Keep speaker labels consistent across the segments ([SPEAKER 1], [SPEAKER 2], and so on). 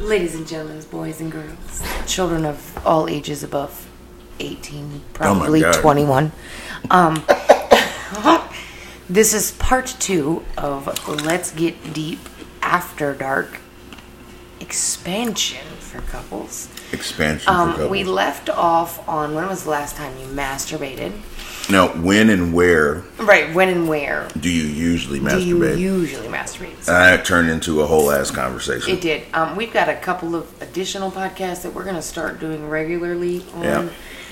[SPEAKER 1] Ladies and gentlemen, boys and girls, children of all ages above 18, probably
[SPEAKER 2] Oh God.
[SPEAKER 1] 21. Um, this is part two of Let's Get Deep After Dark expansion for couples.
[SPEAKER 2] Expansion for
[SPEAKER 1] Um,
[SPEAKER 2] couples.
[SPEAKER 1] we left off on when was the last time you masturbated?
[SPEAKER 2] now, when and where
[SPEAKER 1] Right, when and where
[SPEAKER 2] do you usually
[SPEAKER 1] do you
[SPEAKER 2] masturbate?
[SPEAKER 1] usually masturbate? So
[SPEAKER 2] that turned into a whole ass conversation.
[SPEAKER 1] It did. Um, we've got a couple of additional podcasts that we're going to start doing regularly on
[SPEAKER 2] Yeah.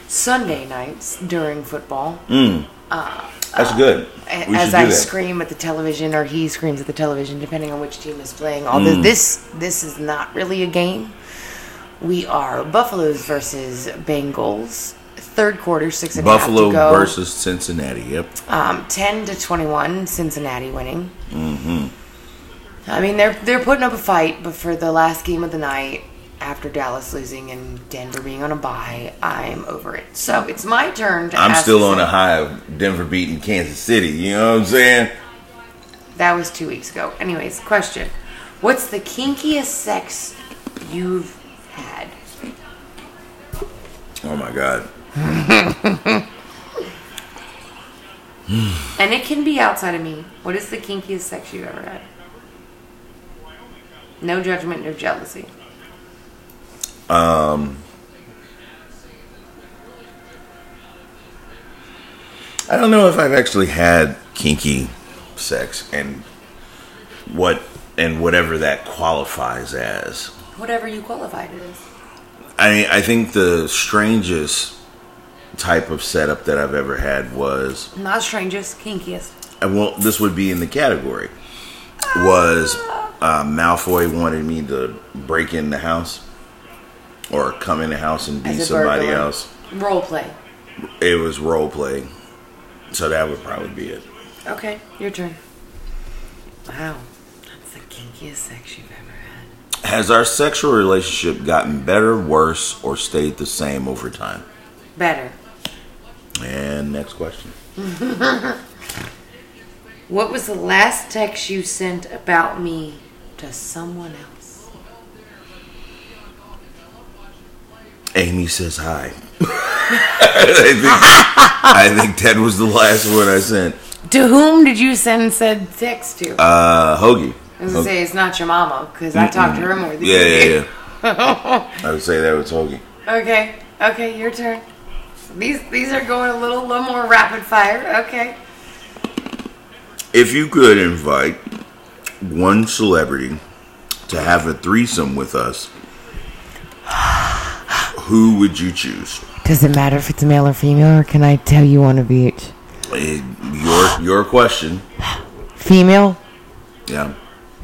[SPEAKER 1] Sunday nights during football.
[SPEAKER 2] That's good.
[SPEAKER 1] uh, A-
[SPEAKER 2] we
[SPEAKER 1] As
[SPEAKER 2] should do
[SPEAKER 1] I
[SPEAKER 2] that.
[SPEAKER 1] scream at the television, or he screams at the television, depending on which team is playing. Although
[SPEAKER 2] Mm.
[SPEAKER 1] this this is not really a game. We are Buffaloes versus Bengals. Third quarter, six and a half
[SPEAKER 2] Buffalo
[SPEAKER 1] to go.
[SPEAKER 2] versus Cincinnati. Yep.
[SPEAKER 1] um, ten to twenty-one. Cincinnati winning. Mm-hmm. I mean, they're they're putting up a fight, but for the last game of the night, after Dallas losing and Denver being on a bye, I'm over it. So it's my turn to.
[SPEAKER 2] I'm
[SPEAKER 1] ask
[SPEAKER 2] still on
[SPEAKER 1] some-
[SPEAKER 2] a high of Denver beating Kansas City. You know what I'm saying?
[SPEAKER 1] That was two weeks ago. Anyways, question: What's the kinkiest sex you've had?
[SPEAKER 2] Oh my God.
[SPEAKER 1] And it can be outside of me. What is the kinkiest sex you've ever had? No judgment, no jealousy.
[SPEAKER 2] I don't know if I've actually had kinky sex and what and whatever that qualifies as.
[SPEAKER 1] Whatever you qualified it as.
[SPEAKER 2] I I think the strangest type of setup that I've ever had was
[SPEAKER 1] Not strangest, kinkiest.
[SPEAKER 2] and well this would be in the category was uh, Malfoy wanted me to break in the house or come in the house and be
[SPEAKER 1] As a
[SPEAKER 2] somebody
[SPEAKER 1] burglar.
[SPEAKER 2] else.
[SPEAKER 1] Role play.
[SPEAKER 2] It was role play, so that would probably be it.
[SPEAKER 1] Okay, your turn. Wow, that's the kinkiest sex you've ever had.
[SPEAKER 2] Has our sexual relationship gotten better, worse, or stayed the same over time?
[SPEAKER 1] Better.
[SPEAKER 2] And next question.
[SPEAKER 1] What was the last text you sent about me to someone else?
[SPEAKER 2] Amy says hi. I, think, I think that was the last one I sent.
[SPEAKER 1] To whom did you send said text to?
[SPEAKER 2] Uh, Hoagie.
[SPEAKER 1] I was gonna
[SPEAKER 2] Hoagie.
[SPEAKER 1] say it's not your mama because I talked to her more than
[SPEAKER 2] Yeah,
[SPEAKER 1] you
[SPEAKER 2] yeah,
[SPEAKER 1] did.
[SPEAKER 2] yeah. I would say that was Hoagie.
[SPEAKER 1] Okay, okay, your turn. These these are going a little little more rapid fire. Okay.
[SPEAKER 2] If you could invite one celebrity to have a threesome with us, who would you choose?
[SPEAKER 1] Does it matter if it's male or female, or can I tell you one of each?
[SPEAKER 2] Eh, Your your question.
[SPEAKER 1] Female,
[SPEAKER 2] Yeah.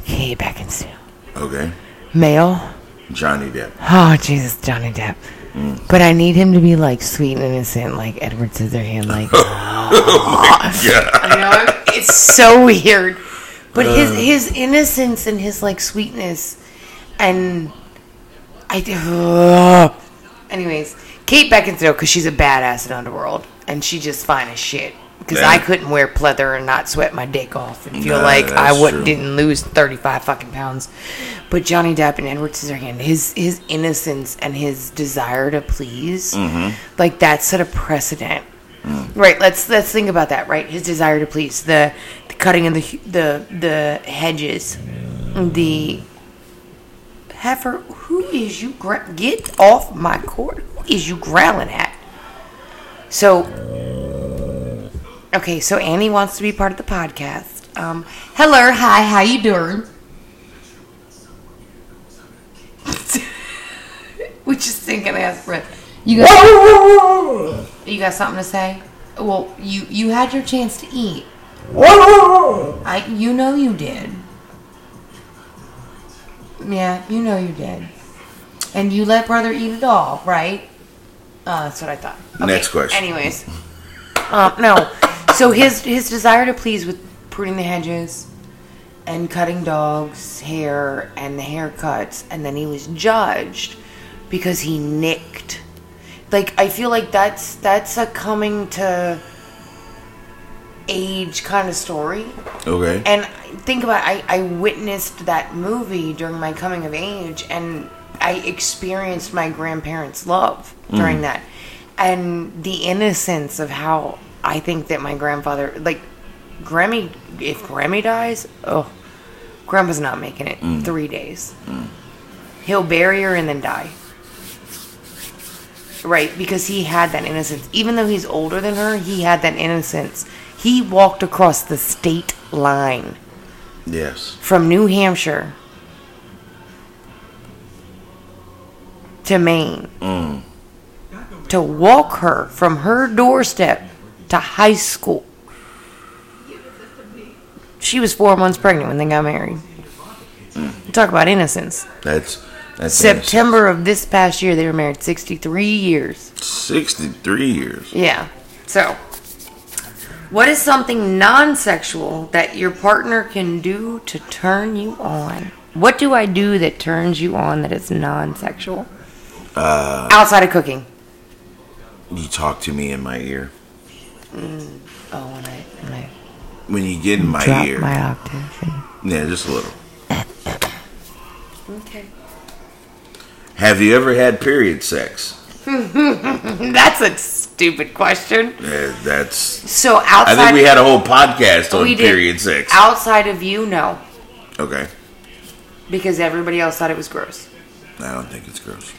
[SPEAKER 1] Kate Beckinsale.
[SPEAKER 2] Okay.
[SPEAKER 1] Male,
[SPEAKER 2] Johnny Depp.
[SPEAKER 1] oh Jesus, Johnny Depp. But I need him to be like sweet and innocent, like Edward Scissorhand. Like
[SPEAKER 2] Yeah.
[SPEAKER 1] you know, it's so weird. But his his innocence and his like sweetness, and I. Ugh. Anyways, Kate Beckinsale because she's a badass in Underworld, and she just fine as shit. Because
[SPEAKER 2] Yeah.
[SPEAKER 1] I couldn't wear pleather and not sweat my dick off and feel
[SPEAKER 2] Nah,
[SPEAKER 1] like I
[SPEAKER 2] that's
[SPEAKER 1] would,
[SPEAKER 2] true.
[SPEAKER 1] didn't lose thirty five fucking pounds. But Johnny Depp and Edward Scissorhand, his his innocence and his desire to please,
[SPEAKER 2] Mm-hmm.
[SPEAKER 1] like that set a precedent Right. Let's let's think about that. Right. His desire to please, the, the cutting of the hu- the the hedges, the heifer. Who is you? Gra- get off my court. Who is you growling at? So, okay. So Annie wants to be part of the podcast. Um, hello, hi, how you doing? Which is stinking ass breath. You got. You got something to say? Well, you you had your chance to eat. I you know you did. Yeah, you know you did. And you let brother eat it all, right? Uh, that's what I thought.
[SPEAKER 2] Next question.
[SPEAKER 1] Anyways, uh, no. So his his desire to please with pruning the hedges and cutting dogs' hair and the haircuts, and then he was judged because he nicked. Like I feel like that's that's a coming to age kind of story.
[SPEAKER 2] Okay.
[SPEAKER 1] And think about it, I, I witnessed that movie during my coming of age and I experienced my grandparents' love during that. And the innocence of how I think that my grandfather like Grammy if Grammy dies, oh grandpa's not making it three days. He'll bury her and then die. Right, because he had that innocence. Even though he's older than her, he had that innocence. He walked across the state line
[SPEAKER 2] yes.
[SPEAKER 1] from New Hampshire to Maine to walk her from her doorstep to high school. She was four months pregnant when they got married. Talk about innocence.
[SPEAKER 2] That's that's
[SPEAKER 1] September of this past year, they were married 63 years.
[SPEAKER 2] Sixty three years.
[SPEAKER 1] Yeah. So, what is something non sexual that your partner can do to turn you on? What do I do that turns you on that is non sexual?
[SPEAKER 2] Uh,
[SPEAKER 1] Outside of cooking.
[SPEAKER 2] You talk to me in my ear.
[SPEAKER 1] Oh, when I, when I
[SPEAKER 2] When you get in my
[SPEAKER 1] drop
[SPEAKER 2] ear.
[SPEAKER 1] my octave.
[SPEAKER 2] yeah, just a little.
[SPEAKER 1] Okay.
[SPEAKER 2] Have you ever had period sex?
[SPEAKER 1] That's a stupid question.
[SPEAKER 2] Yeah, Eh, that's
[SPEAKER 1] So,
[SPEAKER 2] I
[SPEAKER 1] outside
[SPEAKER 2] think we had a whole podcast on
[SPEAKER 1] Oh, we did.
[SPEAKER 2] period sex.
[SPEAKER 1] outside of you, no.
[SPEAKER 2] Okay.
[SPEAKER 1] Because everybody else thought it was gross.
[SPEAKER 2] I don't think it's gross.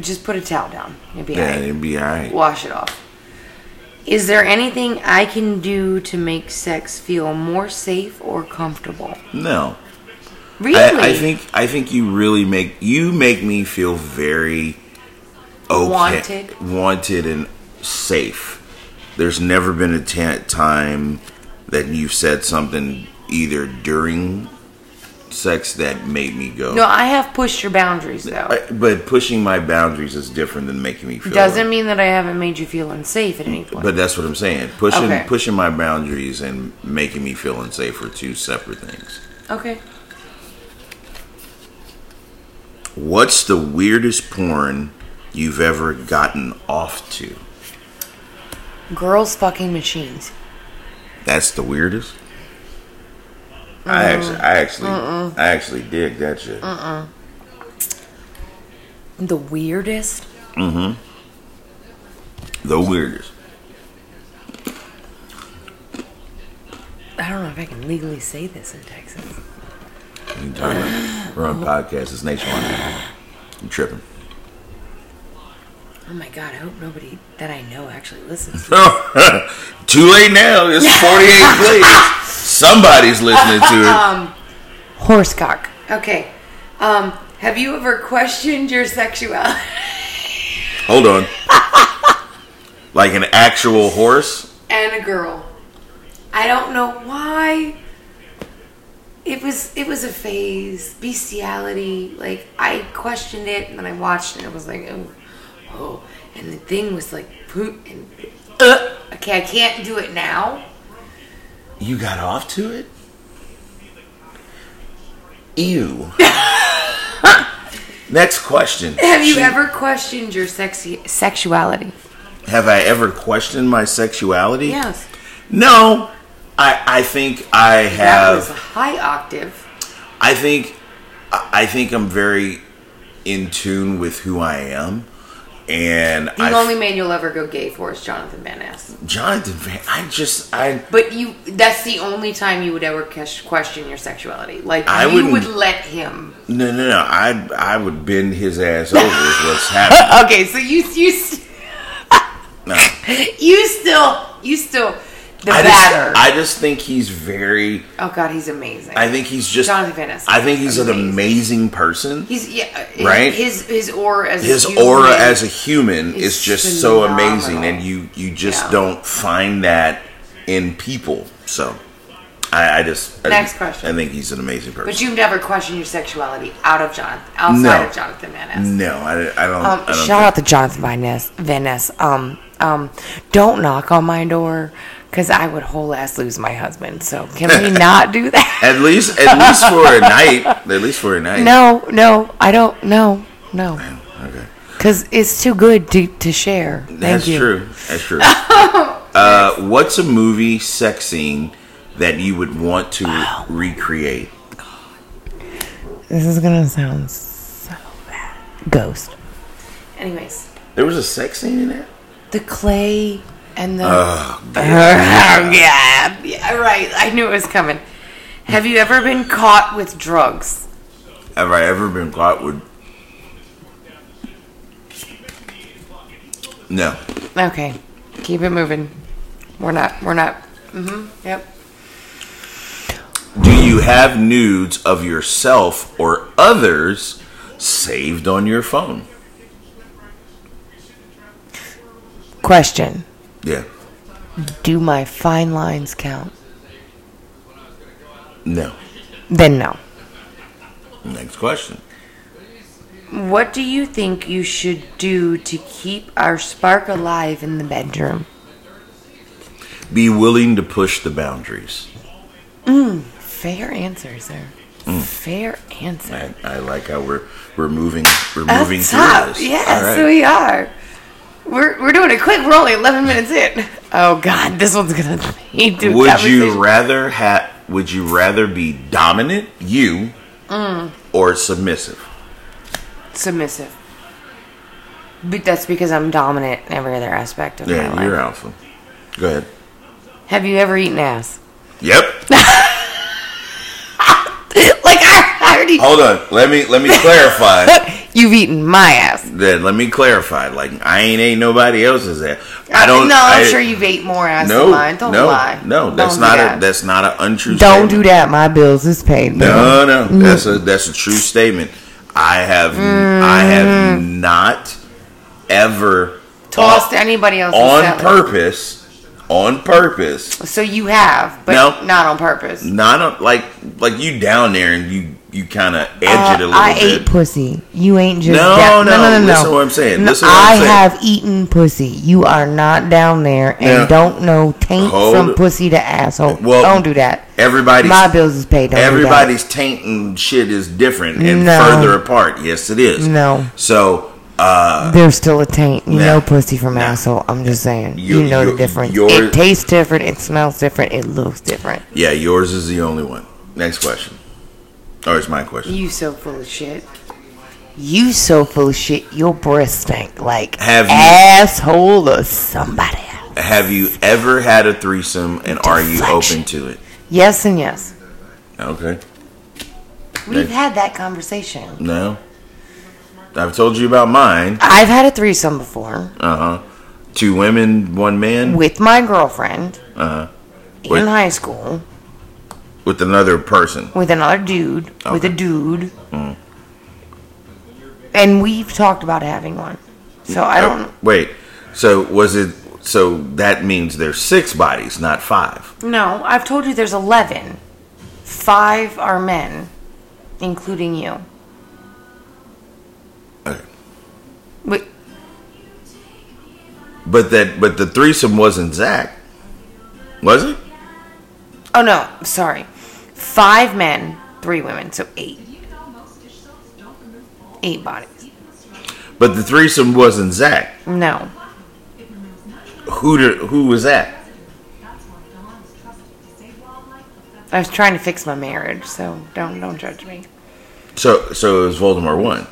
[SPEAKER 1] Just put a towel down. It'd be all
[SPEAKER 2] Yeah,
[SPEAKER 1] right.
[SPEAKER 2] it'd be alright.
[SPEAKER 1] wash it off. Is there anything I can do to make sex feel more safe or comfortable?
[SPEAKER 2] No.
[SPEAKER 1] Really?
[SPEAKER 2] I, I think I think you really make you make me feel very okay,
[SPEAKER 1] Wanted.
[SPEAKER 2] wanted and safe. There's never been a ta- time that you've said something either during sex that made me go.
[SPEAKER 1] no, I have pushed your boundaries though.
[SPEAKER 2] I- but pushing my boundaries is different than making me feel.
[SPEAKER 1] Doesn't mean that I haven't made you feel unsafe at any point.
[SPEAKER 2] But that's what I'm saying. Pushing
[SPEAKER 1] Okay.
[SPEAKER 2] pushing my boundaries and making me feel unsafe are two separate things.
[SPEAKER 1] okay.
[SPEAKER 2] What's the weirdest porn you've ever gotten off to?
[SPEAKER 1] Girls fucking machines.
[SPEAKER 2] That's the weirdest. I actually, I actually, I actually dig that shit.
[SPEAKER 1] The weirdest?
[SPEAKER 2] The weirdest.
[SPEAKER 1] I don't know if I can legally say this in Texas.
[SPEAKER 2] You can talk about run podcast. It's nationwide. I'm tripping.
[SPEAKER 1] Oh my god, I hope nobody that I know actually listens.
[SPEAKER 2] Too late now. It's 48 plays. Somebody's listening to it.
[SPEAKER 1] Horsecock. Okay. Um, have you ever questioned your sexuality?
[SPEAKER 2] Hold on. Like an actual horse.
[SPEAKER 1] and a girl. I don't know why. It was it was a phase, bestiality. Like I questioned it, and then I watched, it and it was like, oh, oh. and the thing was like poop and uh, okay, I can't do it now.
[SPEAKER 2] You got off to it? Ew. Next question.
[SPEAKER 1] Have you
[SPEAKER 2] She-
[SPEAKER 1] ever questioned your sexy sexuality?
[SPEAKER 2] Have I ever questioned my sexuality?
[SPEAKER 1] Yes,
[SPEAKER 2] No. I I think I
[SPEAKER 1] that was a
[SPEAKER 2] have
[SPEAKER 1] high octave.
[SPEAKER 2] I think I I think I'm very in tune with who I am. And
[SPEAKER 1] The
[SPEAKER 2] I
[SPEAKER 1] only man you'll ever go gay for is Jonathan Van Ness.
[SPEAKER 2] Jonathan Van I just I
[SPEAKER 1] But you—that's the only time you would ever ques- question your sexuality. Like
[SPEAKER 2] I
[SPEAKER 1] you would
[SPEAKER 2] wouldn't-
[SPEAKER 1] let him.
[SPEAKER 2] no no no I I would bend his ass over is what's happening.
[SPEAKER 1] Okay, so you you st-
[SPEAKER 2] No.
[SPEAKER 1] you still you still the
[SPEAKER 2] I
[SPEAKER 1] batter.
[SPEAKER 2] just, I just think he's very
[SPEAKER 1] oh God, he's amazing.
[SPEAKER 2] I think he's just.
[SPEAKER 1] Jonathan Van Ness
[SPEAKER 2] I think he's an
[SPEAKER 1] amazing.
[SPEAKER 2] amazing person.
[SPEAKER 1] he's yeah uh,
[SPEAKER 2] Right?
[SPEAKER 1] His his aura as a
[SPEAKER 2] His
[SPEAKER 1] human-
[SPEAKER 2] aura as a human is
[SPEAKER 1] is
[SPEAKER 2] just so
[SPEAKER 1] phenomenal.
[SPEAKER 2] amazing, and you you just
[SPEAKER 1] Yeah.
[SPEAKER 2] don't find that in people. So, I, I just I-
[SPEAKER 1] Next question.
[SPEAKER 2] I think he's an amazing person.
[SPEAKER 1] But you've never questioned your sexuality out of Jonathan outside
[SPEAKER 2] No.
[SPEAKER 1] of Jonathan Van Ness.
[SPEAKER 2] no, I, I don't.
[SPEAKER 1] Um,
[SPEAKER 2] I don't
[SPEAKER 1] shout out to Jonathan Van Ness. Van Ness. Um, um, don't knock on my door because I would whole ass lose my husband. So can we not do that?
[SPEAKER 2] think- at least at least for a night. At least for a night.
[SPEAKER 1] No, no, I don't. No, no,
[SPEAKER 2] Okay,
[SPEAKER 1] because it's too good to, to share. Thank
[SPEAKER 2] that's
[SPEAKER 1] you.
[SPEAKER 2] true. That's true. Uh, what's a movie sex scene that you would want to recreate?
[SPEAKER 1] This is gonna sound so bad. Ghost. Anyways,
[SPEAKER 2] There was a sex scene in that.
[SPEAKER 1] the clay and the. yeah, yeah, right. I knew it was coming. Have you ever been caught with drugs?
[SPEAKER 2] Have I ever been caught with? No.
[SPEAKER 1] Okay, keep it moving. We're not. We're not. Mm-hmm. Yep.
[SPEAKER 2] Do you have nudes of yourself or others saved on your phone?
[SPEAKER 1] Question:
[SPEAKER 2] Yeah.
[SPEAKER 1] Do my fine lines count?
[SPEAKER 2] No.
[SPEAKER 1] Then no.
[SPEAKER 2] Next question.
[SPEAKER 1] What do you think you should do to keep our spark alive in the bedroom?
[SPEAKER 2] Be willing to push the boundaries.
[SPEAKER 1] Fair answer, sir. Fair answer.
[SPEAKER 2] I, I like how we're we're moving we're
[SPEAKER 1] Up
[SPEAKER 2] moving
[SPEAKER 1] top.
[SPEAKER 2] through this. All
[SPEAKER 1] Yes,
[SPEAKER 2] right.
[SPEAKER 1] we are. We're, we're doing it quick. We're only 11 minutes in. Oh, God. This one's going to lead to a
[SPEAKER 2] would you
[SPEAKER 1] conversation.
[SPEAKER 2] rather have? Would you rather be dominant, you,
[SPEAKER 1] Mm.
[SPEAKER 2] or submissive?
[SPEAKER 1] Submissive. But that's because I'm dominant in every other aspect of
[SPEAKER 2] Yeah,
[SPEAKER 1] my
[SPEAKER 2] you're
[SPEAKER 1] life.
[SPEAKER 2] alpha. Go ahead.
[SPEAKER 1] Have you ever eaten ass?
[SPEAKER 2] Yep.
[SPEAKER 1] like, I, I already...
[SPEAKER 2] Hold on. Let me let me clarify.
[SPEAKER 1] You've eaten my ass.
[SPEAKER 2] Then let me clarify. Like I ain't ain't nobody else's ass. I don't.
[SPEAKER 1] Uh, No, I'm
[SPEAKER 2] I-
[SPEAKER 1] sure you've ate more ass
[SPEAKER 2] No,
[SPEAKER 1] than mine. Don't
[SPEAKER 2] no,
[SPEAKER 1] lie.
[SPEAKER 2] no. That's
[SPEAKER 1] Don't do
[SPEAKER 2] not
[SPEAKER 1] that.
[SPEAKER 2] a that's not an untrue.
[SPEAKER 1] Don't Mm.
[SPEAKER 2] statement.
[SPEAKER 1] do that. My bills is paid.
[SPEAKER 2] No, no, that's a that's a true statement. I have I have not ever
[SPEAKER 1] Mm. Tossed
[SPEAKER 2] on,
[SPEAKER 1] anybody else's
[SPEAKER 2] on
[SPEAKER 1] salad.
[SPEAKER 2] purpose on purpose.
[SPEAKER 1] So you have, but
[SPEAKER 2] No.
[SPEAKER 1] not on purpose.
[SPEAKER 2] Not a, like like you down there and you you kind of edge it a little
[SPEAKER 1] Uh, I
[SPEAKER 2] bit.
[SPEAKER 1] ate pussy. You ain't just
[SPEAKER 2] No,
[SPEAKER 1] down-
[SPEAKER 2] no,
[SPEAKER 1] no, no, no,
[SPEAKER 2] listen
[SPEAKER 1] no.
[SPEAKER 2] to what I'm saying.
[SPEAKER 1] No,
[SPEAKER 2] Listen to what I'm
[SPEAKER 1] I
[SPEAKER 2] saying.
[SPEAKER 1] have eaten pussy. You are not down there and
[SPEAKER 2] Yeah.
[SPEAKER 1] don't know taint
[SPEAKER 2] Hold
[SPEAKER 1] from
[SPEAKER 2] it.
[SPEAKER 1] pussy to asshole.
[SPEAKER 2] Well,
[SPEAKER 1] don't do that.
[SPEAKER 2] everybody's-
[SPEAKER 1] my bills is paid. Don't
[SPEAKER 2] Everybody's taint and shit is different and
[SPEAKER 1] No.
[SPEAKER 2] further apart. Yes, it is.
[SPEAKER 1] No.
[SPEAKER 2] So uh,
[SPEAKER 1] do that. There's still a taint. You
[SPEAKER 2] Nah.
[SPEAKER 1] know pussy from
[SPEAKER 2] Nah.
[SPEAKER 1] asshole. I'm just saying.
[SPEAKER 2] You-
[SPEAKER 1] You, know
[SPEAKER 2] you-
[SPEAKER 1] the difference.
[SPEAKER 2] your-
[SPEAKER 1] It tastes different. It smells different. It looks different.
[SPEAKER 2] yeah, yours is the only one. Next question. Or it's my question.
[SPEAKER 1] You so full of shit. You so full of shit. Your breath stink like
[SPEAKER 2] Have you-
[SPEAKER 1] asshole or somebody else.
[SPEAKER 2] Have you ever had a threesome and are you open to it?
[SPEAKER 1] Yes and yes.
[SPEAKER 2] Okay.
[SPEAKER 1] We've had that conversation.
[SPEAKER 2] No. I've told you about mine.
[SPEAKER 1] I've had a threesome before
[SPEAKER 2] Uh huh. Two women, one man.
[SPEAKER 1] with my girlfriend
[SPEAKER 2] Uh huh.
[SPEAKER 1] in
[SPEAKER 2] With,
[SPEAKER 1] high school
[SPEAKER 2] with another person.
[SPEAKER 1] with another dude with a
[SPEAKER 2] Okay. Mm.
[SPEAKER 1] dude, and we've talked about having one. So I don't.
[SPEAKER 2] Wait. So was it? So that means there's six bodies, not five.
[SPEAKER 1] No, I've told you there's eleven. Five are men, including you.
[SPEAKER 2] Okay.
[SPEAKER 1] Wait,
[SPEAKER 2] But that. But the threesome wasn't Zach. Was it?
[SPEAKER 1] Oh no, sorry. Five men, three women, so eight. Eight bodies.
[SPEAKER 2] But the threesome wasn't Zach.
[SPEAKER 1] No.
[SPEAKER 2] Who did, Who was that?
[SPEAKER 1] I was trying to fix my marriage, so don't don't judge me.
[SPEAKER 2] So so it was Voldemort one.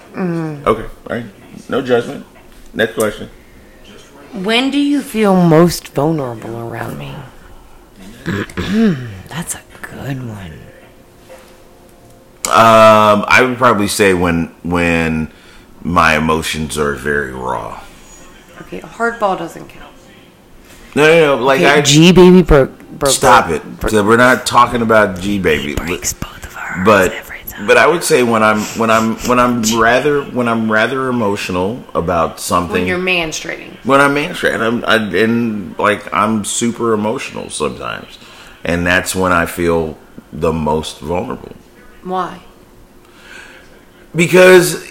[SPEAKER 2] Okay. All right. No judgment. Next question.
[SPEAKER 1] When do you feel most vulnerable around me? Hmm, That's a good one.
[SPEAKER 2] Um, I would probably say when when my emotions are very raw.
[SPEAKER 1] Okay, hardball doesn't count.
[SPEAKER 2] No, no, no. Like
[SPEAKER 1] Okay,
[SPEAKER 2] I
[SPEAKER 1] G baby broke broke.
[SPEAKER 2] stop it. So we're not talking about G baby.
[SPEAKER 1] Breaks both of our
[SPEAKER 2] but
[SPEAKER 1] hearts every time.
[SPEAKER 2] but I would say when I'm when I'm when I'm rather when I'm rather emotional about
[SPEAKER 1] when
[SPEAKER 2] something
[SPEAKER 1] you're menstruating.
[SPEAKER 2] when I'm anxious and I'm I, and like I'm super emotional sometimes, and that's when I feel the most vulnerable
[SPEAKER 1] Why?
[SPEAKER 2] because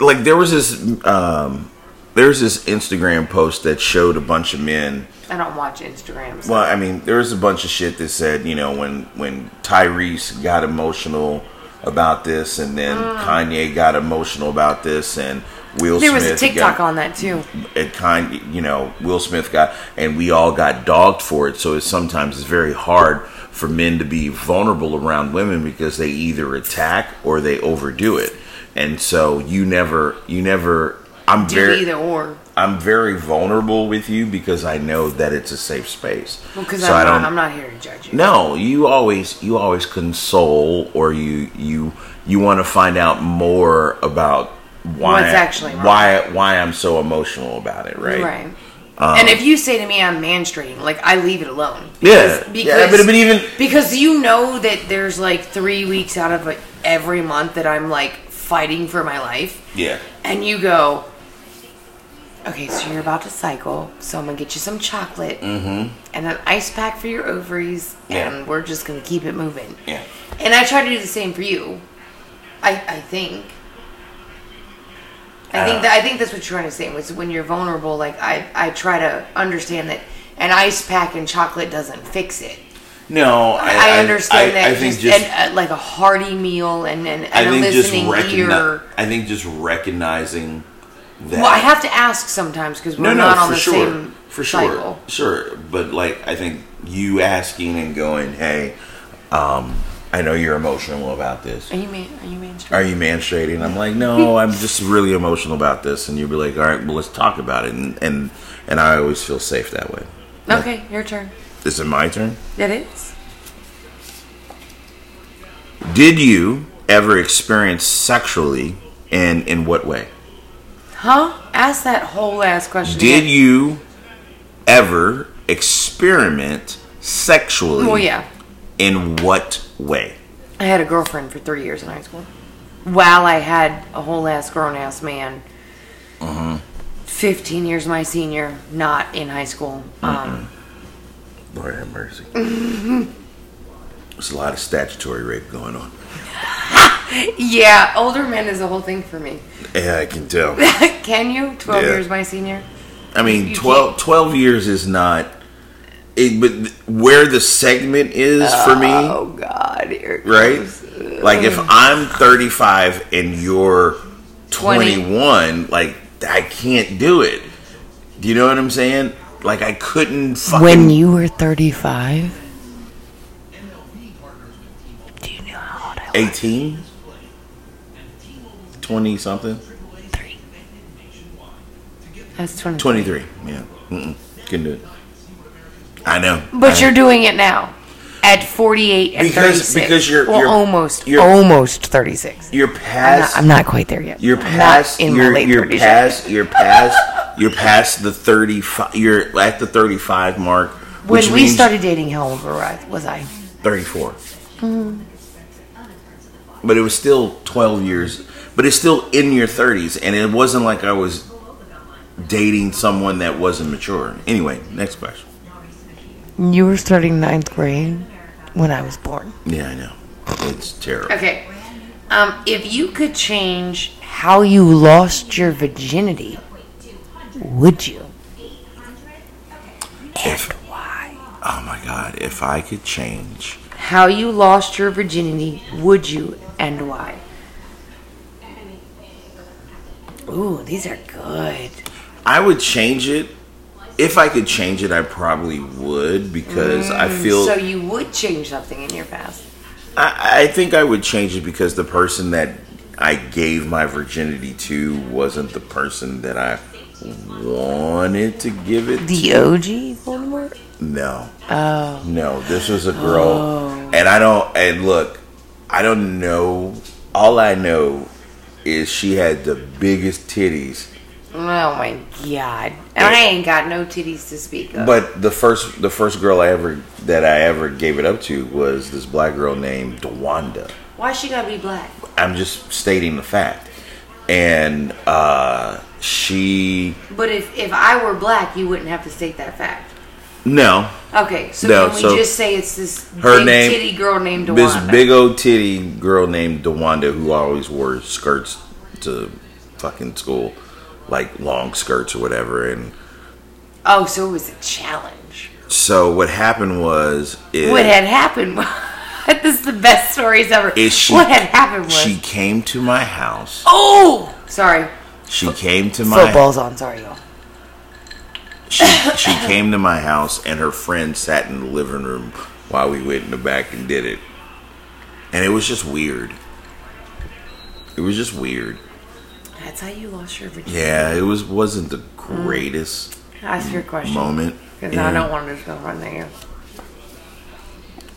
[SPEAKER 2] like there was this um, there's this Instagram post that showed a bunch of men
[SPEAKER 1] I don't watch Instagram. So
[SPEAKER 2] Well, I mean, there was a bunch of shit that said, you know, when when Tyrese got emotional about this, and then Kanye got emotional about this, and Will
[SPEAKER 1] Mm. There was
[SPEAKER 2] Smith
[SPEAKER 1] a TikTok
[SPEAKER 2] got,
[SPEAKER 1] on that too.
[SPEAKER 2] it kind you know Will Smith got and we all got dogged for it so it's sometimes it's very hard for men to be vulnerable around women because they either attack or they overdo it and so you never you never I'm
[SPEAKER 1] Do
[SPEAKER 2] very
[SPEAKER 1] either or.
[SPEAKER 2] I'm very vulnerable with you because I know that it's a safe space
[SPEAKER 1] Because
[SPEAKER 2] so
[SPEAKER 1] I'm,
[SPEAKER 2] I don't
[SPEAKER 1] not, I'm not here to judge you.
[SPEAKER 2] no, you always you always console or you you you want to find out more about why
[SPEAKER 1] What's actually wrong.
[SPEAKER 2] why why I'm so emotional about it, right? Um,
[SPEAKER 1] Right. and if you say to me I'm menstruating, like I leave it alone.
[SPEAKER 2] Yeah. yeah, but, but even
[SPEAKER 1] because you know that there's like three weeks out of like, every month that I'm like fighting for my life,
[SPEAKER 2] yeah.
[SPEAKER 1] and you go, okay, so you're about to cycle, so I'm gonna get you some chocolate and an ice pack for your ovaries,
[SPEAKER 2] Mm-hmm. Yeah.
[SPEAKER 1] and we're just gonna keep it moving.
[SPEAKER 2] Yeah.
[SPEAKER 1] And I try to do the same for you. I I think. I think
[SPEAKER 2] Uh.
[SPEAKER 1] that I think that's what you're trying to say was when you're vulnerable. Like I I try to understand that an ice pack and chocolate doesn't fix it.
[SPEAKER 2] No, I,
[SPEAKER 1] I, understand
[SPEAKER 2] I-
[SPEAKER 1] that.
[SPEAKER 2] I think
[SPEAKER 1] just,
[SPEAKER 2] just
[SPEAKER 1] and, uh, like a hearty meal and and, and
[SPEAKER 2] I
[SPEAKER 1] a
[SPEAKER 2] think just
[SPEAKER 1] listening
[SPEAKER 2] recogni-
[SPEAKER 1] ear.
[SPEAKER 2] I think just recognizing that
[SPEAKER 1] Well, I have to ask sometimes because we're
[SPEAKER 2] no,
[SPEAKER 1] not
[SPEAKER 2] no,
[SPEAKER 1] on
[SPEAKER 2] for
[SPEAKER 1] the
[SPEAKER 2] sure,
[SPEAKER 1] same
[SPEAKER 2] for sure,
[SPEAKER 1] cycle.
[SPEAKER 2] sure. But like, I think you asking and going, "Hey, um, I know you're emotional about this.
[SPEAKER 1] Are you man? Are you man?
[SPEAKER 2] Are you manstrating?" I'm like, "No, I'm just really emotional about this." And you'll be like, "All right, well, let's talk about it." And and, and I always feel safe that way.
[SPEAKER 1] Okay, your turn.
[SPEAKER 2] Is it my turn?
[SPEAKER 1] That is.
[SPEAKER 2] Did you ever experience sexually, and in what way?
[SPEAKER 1] Huh? Ask that whole ass question.
[SPEAKER 2] Did
[SPEAKER 1] again.
[SPEAKER 2] you ever experiment sexually?
[SPEAKER 1] Well, yeah.
[SPEAKER 2] In what way?
[SPEAKER 1] I had a girlfriend for three years in high school. While I had a whole ass grown ass man.
[SPEAKER 2] Mm-hmm.
[SPEAKER 1] 15 years my senior, not in high school. Um,
[SPEAKER 2] Lord have mercy.
[SPEAKER 1] Mm-hmm.
[SPEAKER 2] There's a lot of statutory rape going on. Mm-hmm.
[SPEAKER 1] yeah, older men is a whole thing for me.
[SPEAKER 2] Yeah, I can tell.
[SPEAKER 1] Can you? 12
[SPEAKER 2] Yeah.
[SPEAKER 1] years my senior?
[SPEAKER 2] I mean,
[SPEAKER 1] You
[SPEAKER 2] 12, 12 years is not. It, but th- where the segment is for me,
[SPEAKER 1] Oh, God. here it
[SPEAKER 2] right?
[SPEAKER 1] comes.
[SPEAKER 2] Like if I'm 35 and you're
[SPEAKER 1] 20.
[SPEAKER 2] 21, like I can't do it. Do you know what I'm saying? Like I couldn't fucking.
[SPEAKER 1] When you were 35, do you know how old I was?
[SPEAKER 2] 18 20 something
[SPEAKER 1] That's 20.
[SPEAKER 2] 23 yeah Mm-mm. couldn't do it i know I
[SPEAKER 1] But
[SPEAKER 2] know.
[SPEAKER 1] you're doing it now at 48 and
[SPEAKER 2] Because-
[SPEAKER 1] 36.
[SPEAKER 2] because you're-
[SPEAKER 1] well,
[SPEAKER 2] you're-
[SPEAKER 1] almost,
[SPEAKER 2] you're-
[SPEAKER 1] almost 36.
[SPEAKER 2] you're
[SPEAKER 1] I'm
[SPEAKER 2] past
[SPEAKER 1] not, I'm not quite there yet.
[SPEAKER 2] you're
[SPEAKER 1] I'm not
[SPEAKER 2] past
[SPEAKER 1] in
[SPEAKER 2] you're,
[SPEAKER 1] my late
[SPEAKER 2] you're
[SPEAKER 1] 30s. yet.
[SPEAKER 2] past you're past you're past the 35 you're at the 35 mark
[SPEAKER 1] When
[SPEAKER 2] which
[SPEAKER 1] we
[SPEAKER 2] means
[SPEAKER 1] started dating, how old were I- was I?
[SPEAKER 2] 34 but it was still 12 years but it's still in your 30s and it wasn't like i was dating someone that wasn't mature anyway next question
[SPEAKER 1] You were starting ninth grade when I was born.
[SPEAKER 2] Yeah, I know. It's terrible.
[SPEAKER 1] Okay. Um, if you could change how you lost your virginity, would you?
[SPEAKER 2] If, oh my God, if I could change.
[SPEAKER 1] How you lost your virginity, would you, and why? Ooh, these are good.
[SPEAKER 2] I would change it. If I could change it, I probably would because I feel.
[SPEAKER 1] So you would change something in your past.
[SPEAKER 2] I, I think I would change it because the person that I gave my virginity to wasn't the person that I wanted to give it
[SPEAKER 1] The OG Voldemort?
[SPEAKER 2] No.
[SPEAKER 1] Oh.
[SPEAKER 2] No, this was a girl. And I don't, and look, I don't know. All I know is she had the biggest titties.
[SPEAKER 1] Oh my god. And I ain't got no titties to speak of.
[SPEAKER 2] But the first, the first girl I ever, that I ever gave it up to was this black girl named Dewanda.
[SPEAKER 1] Why she gotta be black?
[SPEAKER 2] I'm just stating the fact. And, uh, she,
[SPEAKER 1] But if, if I were black, you wouldn't have to state that fact.
[SPEAKER 2] no,
[SPEAKER 1] Okay, so
[SPEAKER 2] No,
[SPEAKER 1] can we
[SPEAKER 2] so-
[SPEAKER 1] just say it's this
[SPEAKER 2] her
[SPEAKER 1] big
[SPEAKER 2] name,
[SPEAKER 1] titty girl named
[SPEAKER 2] this
[SPEAKER 1] Dewanda?
[SPEAKER 2] big old titty girl named Dewanda who always wore skirts to fucking school, like long skirts or whatever. And
[SPEAKER 1] oh, so it was a challenge.
[SPEAKER 2] so what happened was, is
[SPEAKER 1] What had happened was... this is the best stories ever.
[SPEAKER 2] is she
[SPEAKER 1] what had happened was...
[SPEAKER 2] she came to my house
[SPEAKER 1] oh! Sorry.
[SPEAKER 2] She came to my
[SPEAKER 1] Football's on. Sorry, y'all.
[SPEAKER 2] she she came to my house and her friend sat in the living room while we went in the back and did it. And it was just weird. It was just weird.
[SPEAKER 1] That's how you lost your virginity.
[SPEAKER 2] Yeah, it was wasn't the greatest
[SPEAKER 1] Ask your question.
[SPEAKER 2] moment.
[SPEAKER 1] Because
[SPEAKER 2] Yeah.
[SPEAKER 1] I don't want to just go run there.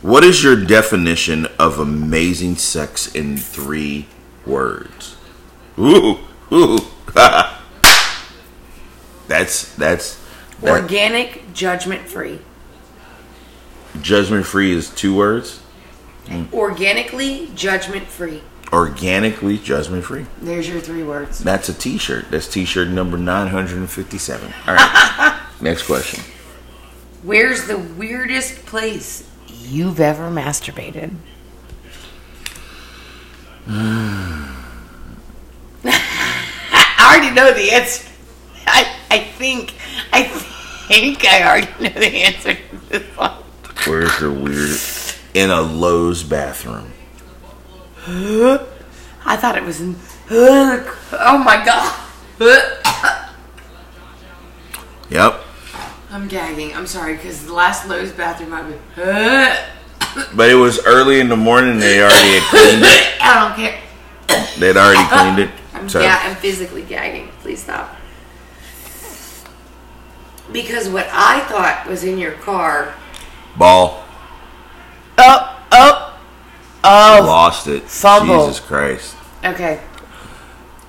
[SPEAKER 2] What is your definition of amazing sex in three words? Ooh, ooh. that's that's that
[SPEAKER 1] Organic, judgment free.
[SPEAKER 2] judgment free is two words.
[SPEAKER 1] Organically, judgment free.
[SPEAKER 2] Organically judgment free.
[SPEAKER 1] There's your three words.
[SPEAKER 2] That's a T-shirt. That's T-shirt number nine hundred and fifty-seven. All right. Next question.
[SPEAKER 1] Where's the weirdest place you've ever masturbated? I already know the answer. I, I think I think I already know the answer to this one.
[SPEAKER 2] Where's the weird? In a Lowe's bathroom.
[SPEAKER 1] I thought it was in. Oh my god.
[SPEAKER 2] Yep.
[SPEAKER 1] I'm gagging. I'm sorry because the last Lowe's bathroom I went.
[SPEAKER 2] But it was early in the morning. They already had cleaned it.
[SPEAKER 1] I don't care.
[SPEAKER 2] They'd already cleaned
[SPEAKER 1] I'm
[SPEAKER 2] it. So
[SPEAKER 1] yeah, I'm physically gagging. Please stop. Because what I thought was in your car.
[SPEAKER 2] ball
[SPEAKER 1] Oh, oh, oh.
[SPEAKER 2] lost it.
[SPEAKER 1] Fumble.
[SPEAKER 2] Jesus Christ.
[SPEAKER 1] Okay.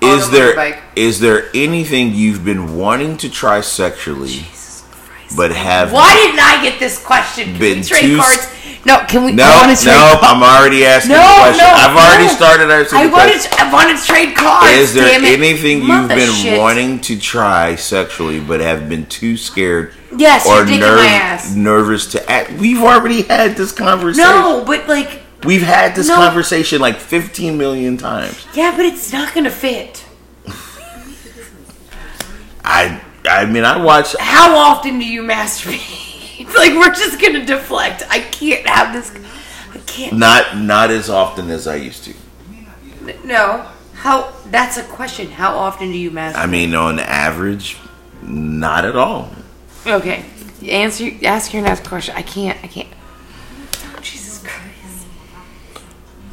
[SPEAKER 1] On
[SPEAKER 2] Is
[SPEAKER 1] the
[SPEAKER 2] there
[SPEAKER 1] motorbike.
[SPEAKER 2] is there anything you've been wanting to try sexually,
[SPEAKER 1] Jesus Christ.
[SPEAKER 2] but have
[SPEAKER 1] Why didn't I get this question? Can
[SPEAKER 2] Been
[SPEAKER 1] we trade
[SPEAKER 2] too s-
[SPEAKER 1] cards? No, can we?
[SPEAKER 2] No,
[SPEAKER 1] I want to trade.
[SPEAKER 2] no. I'm already asking
[SPEAKER 1] No,
[SPEAKER 2] the question.
[SPEAKER 1] no,
[SPEAKER 2] I've already
[SPEAKER 1] no.
[SPEAKER 2] started asking
[SPEAKER 1] I
[SPEAKER 2] the
[SPEAKER 1] want
[SPEAKER 2] question.
[SPEAKER 1] to. I want to trade cards.
[SPEAKER 2] Is there
[SPEAKER 1] damn it.
[SPEAKER 2] anything you've
[SPEAKER 1] Mother
[SPEAKER 2] been
[SPEAKER 1] shit.
[SPEAKER 2] wanting to try sexually but have been too scared
[SPEAKER 1] Yes,
[SPEAKER 2] or
[SPEAKER 1] your dick in my ass.
[SPEAKER 2] nervous to act? We've already had this conversation.
[SPEAKER 1] No, but like,
[SPEAKER 2] We've had this
[SPEAKER 1] No.
[SPEAKER 2] conversation like 15 million times.
[SPEAKER 1] yeah, but it's not gonna fit.
[SPEAKER 2] I I mean, I watch
[SPEAKER 1] How often do you masturbate? like, we're just gonna deflect. I can't have this. I can't.
[SPEAKER 2] not not as often as I used to.
[SPEAKER 1] No. How? That's a question. How often do you masturbate?
[SPEAKER 2] I mean, on average, not at all.
[SPEAKER 1] Okay. Answer. Ask your next question. I can't. I can't. Jesus Christ.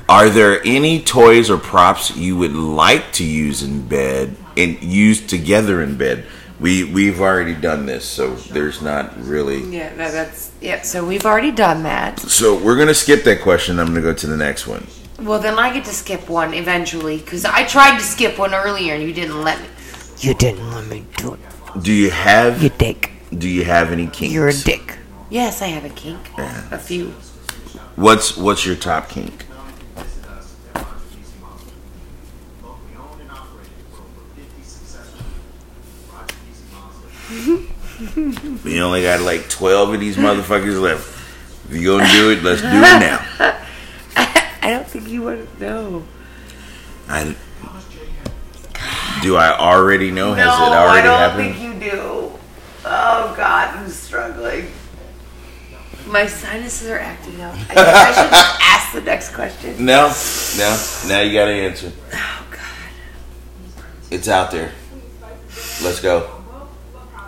[SPEAKER 2] Are there any toys or props you would like to use in bed and use together in bed? We we've already done this, so there's not really.
[SPEAKER 1] Yeah. No, that's. Yeah. So we've already done that.
[SPEAKER 2] So we're gonna skip that question. I'm gonna go to the next one.
[SPEAKER 1] Well, then I get to skip one eventually because I tried to skip one earlier and you didn't let me. You didn't let me do it.
[SPEAKER 2] Do you have
[SPEAKER 1] You dick.
[SPEAKER 2] do you have any kinks?
[SPEAKER 1] You're a dick. Yes, I have a kink. A few.
[SPEAKER 2] What's what's your top kink? We only got like twelve of these motherfuckers left. If you gonna do it, let's do it now.
[SPEAKER 1] I don't think you want to know.
[SPEAKER 2] I, do I already know? Has it
[SPEAKER 1] I
[SPEAKER 2] already
[SPEAKER 1] don't
[SPEAKER 2] happened?
[SPEAKER 1] think you do. Oh God, I'm struggling. My sinuses are acting up. I, think I should ask the next question.
[SPEAKER 2] no, no. Now you gotta answer.
[SPEAKER 1] Oh God.
[SPEAKER 2] It's out there. Let's go.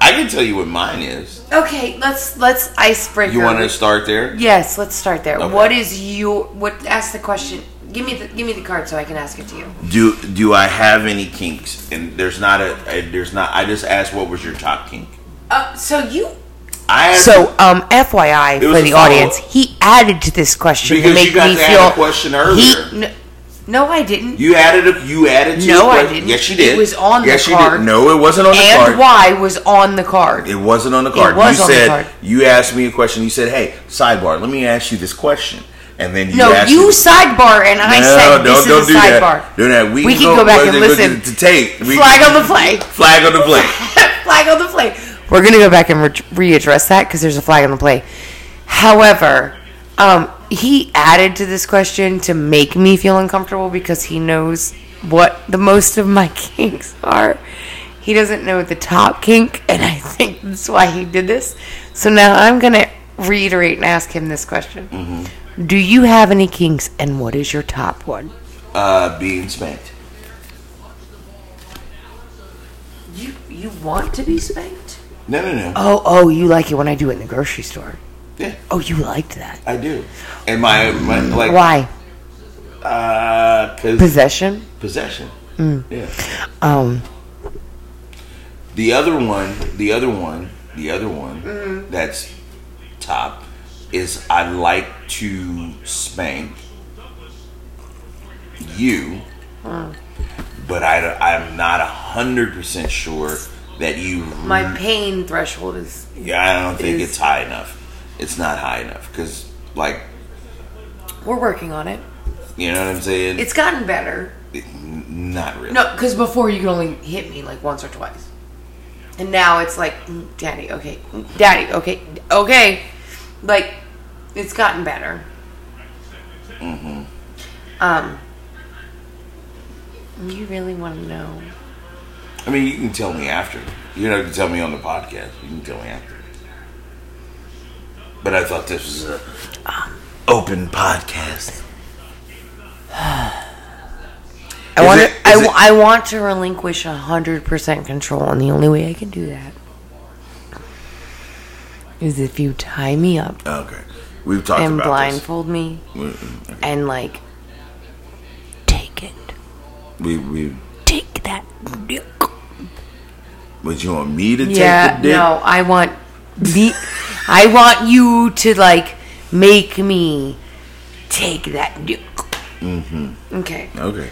[SPEAKER 2] I can tell you what mine is.
[SPEAKER 1] Okay, let's let's icebreaker.
[SPEAKER 2] You want to start there?
[SPEAKER 1] Yes, let's start there.
[SPEAKER 2] Okay.
[SPEAKER 1] What is your what? Ask the question. Give me the give me the card so I can ask it to you.
[SPEAKER 2] Do Do I have any kinks? And there's not a. I- There's not. I just asked what was your top kink.
[SPEAKER 1] Uh, so you.
[SPEAKER 2] I asked
[SPEAKER 1] So, um, FYI
[SPEAKER 2] It was
[SPEAKER 1] for
[SPEAKER 2] a
[SPEAKER 1] the
[SPEAKER 2] follow-up.
[SPEAKER 1] audience, he added to this question
[SPEAKER 2] because
[SPEAKER 1] to make
[SPEAKER 2] you got
[SPEAKER 1] me
[SPEAKER 2] to
[SPEAKER 1] feel.
[SPEAKER 2] add a question earlier.
[SPEAKER 1] he, n- no, I didn't.
[SPEAKER 2] you added a. You added. To
[SPEAKER 1] No,
[SPEAKER 2] a
[SPEAKER 1] I
[SPEAKER 2] question.
[SPEAKER 1] didn't.
[SPEAKER 2] Yes, you
[SPEAKER 1] It
[SPEAKER 2] did.
[SPEAKER 1] was on the
[SPEAKER 2] yes, you
[SPEAKER 1] card.
[SPEAKER 2] did. No, it wasn't on the card.
[SPEAKER 1] and why was on the card.
[SPEAKER 2] It wasn't on the card.
[SPEAKER 1] was
[SPEAKER 2] you
[SPEAKER 1] on the
[SPEAKER 2] said
[SPEAKER 1] card.
[SPEAKER 2] you asked me a question. You said, "Hey, sidebar, let me ask you this question." And then you
[SPEAKER 1] no,
[SPEAKER 2] asked
[SPEAKER 1] you
[SPEAKER 2] me-
[SPEAKER 1] sidebar, and I said this is a
[SPEAKER 2] that.
[SPEAKER 1] sidebar.
[SPEAKER 2] Do that. We,
[SPEAKER 1] We can go back
[SPEAKER 2] well,
[SPEAKER 1] and
[SPEAKER 2] then
[SPEAKER 1] listen.
[SPEAKER 2] to, to tape. We-
[SPEAKER 1] Flag on the play.
[SPEAKER 2] Flag on the play.
[SPEAKER 1] flag on the play. We're gonna go back and re- readdress that because there's a flag on the play. However, um, he added to this question to make me feel uncomfortable because he knows what the most of my kinks are. He doesn't know the top kink, and I think that's why he did this. So now I'm gonna reiterate and ask him this question: Do you have any kinks, and what is your top one?
[SPEAKER 2] Uh, being spanked.
[SPEAKER 1] You want to be spanked?
[SPEAKER 2] No, no, no.
[SPEAKER 1] Oh, oh, you like it when I do it in the grocery store.
[SPEAKER 2] yeah,
[SPEAKER 1] Oh, you liked that.
[SPEAKER 2] I do. And my, my like,
[SPEAKER 1] Why?
[SPEAKER 2] Uh, 'cause
[SPEAKER 1] Possession? Mm.
[SPEAKER 2] possession. Yeah.
[SPEAKER 1] Um,
[SPEAKER 2] The other one, the other one, the other one
[SPEAKER 1] Mm-hmm.
[SPEAKER 2] that's top is I like to spank you, but I, I'm not a hundred percent sure that you.
[SPEAKER 1] my pain threshold is
[SPEAKER 2] yeah, I don't think
[SPEAKER 1] is-
[SPEAKER 2] it's high enough. It's not high enough because, like,
[SPEAKER 1] we're working on it.
[SPEAKER 2] you know what I'm saying?
[SPEAKER 1] It's gotten better.
[SPEAKER 2] It- n- not really.
[SPEAKER 1] No, because before you could only hit me like once or twice, and now it's like, "Mm, Daddy, okay, mm, Daddy, okay, okay, like it's gotten better.
[SPEAKER 2] Mm-hmm.
[SPEAKER 1] Um, you really want to know?
[SPEAKER 2] I mean, you can tell me after. You know, you can tell me on the podcast. You can tell me after. But I thought this was a open podcast.
[SPEAKER 1] I
[SPEAKER 2] Is
[SPEAKER 1] want
[SPEAKER 2] it-
[SPEAKER 1] to. I,
[SPEAKER 2] is
[SPEAKER 1] w-
[SPEAKER 2] it-
[SPEAKER 1] I want to relinquish hundred percent control, and the only way I can do that is if you tie me up
[SPEAKER 2] Okay, we've talked
[SPEAKER 1] and
[SPEAKER 2] about
[SPEAKER 1] blindfold me
[SPEAKER 2] this.
[SPEAKER 1] and like take it,
[SPEAKER 2] We, we, we,
[SPEAKER 1] take that. dick.
[SPEAKER 2] would you want me to
[SPEAKER 1] Yeah,
[SPEAKER 2] take the dick?
[SPEAKER 1] no, I want the I want you to like make me take that dick. Mm-hmm. Okay.
[SPEAKER 2] Okay.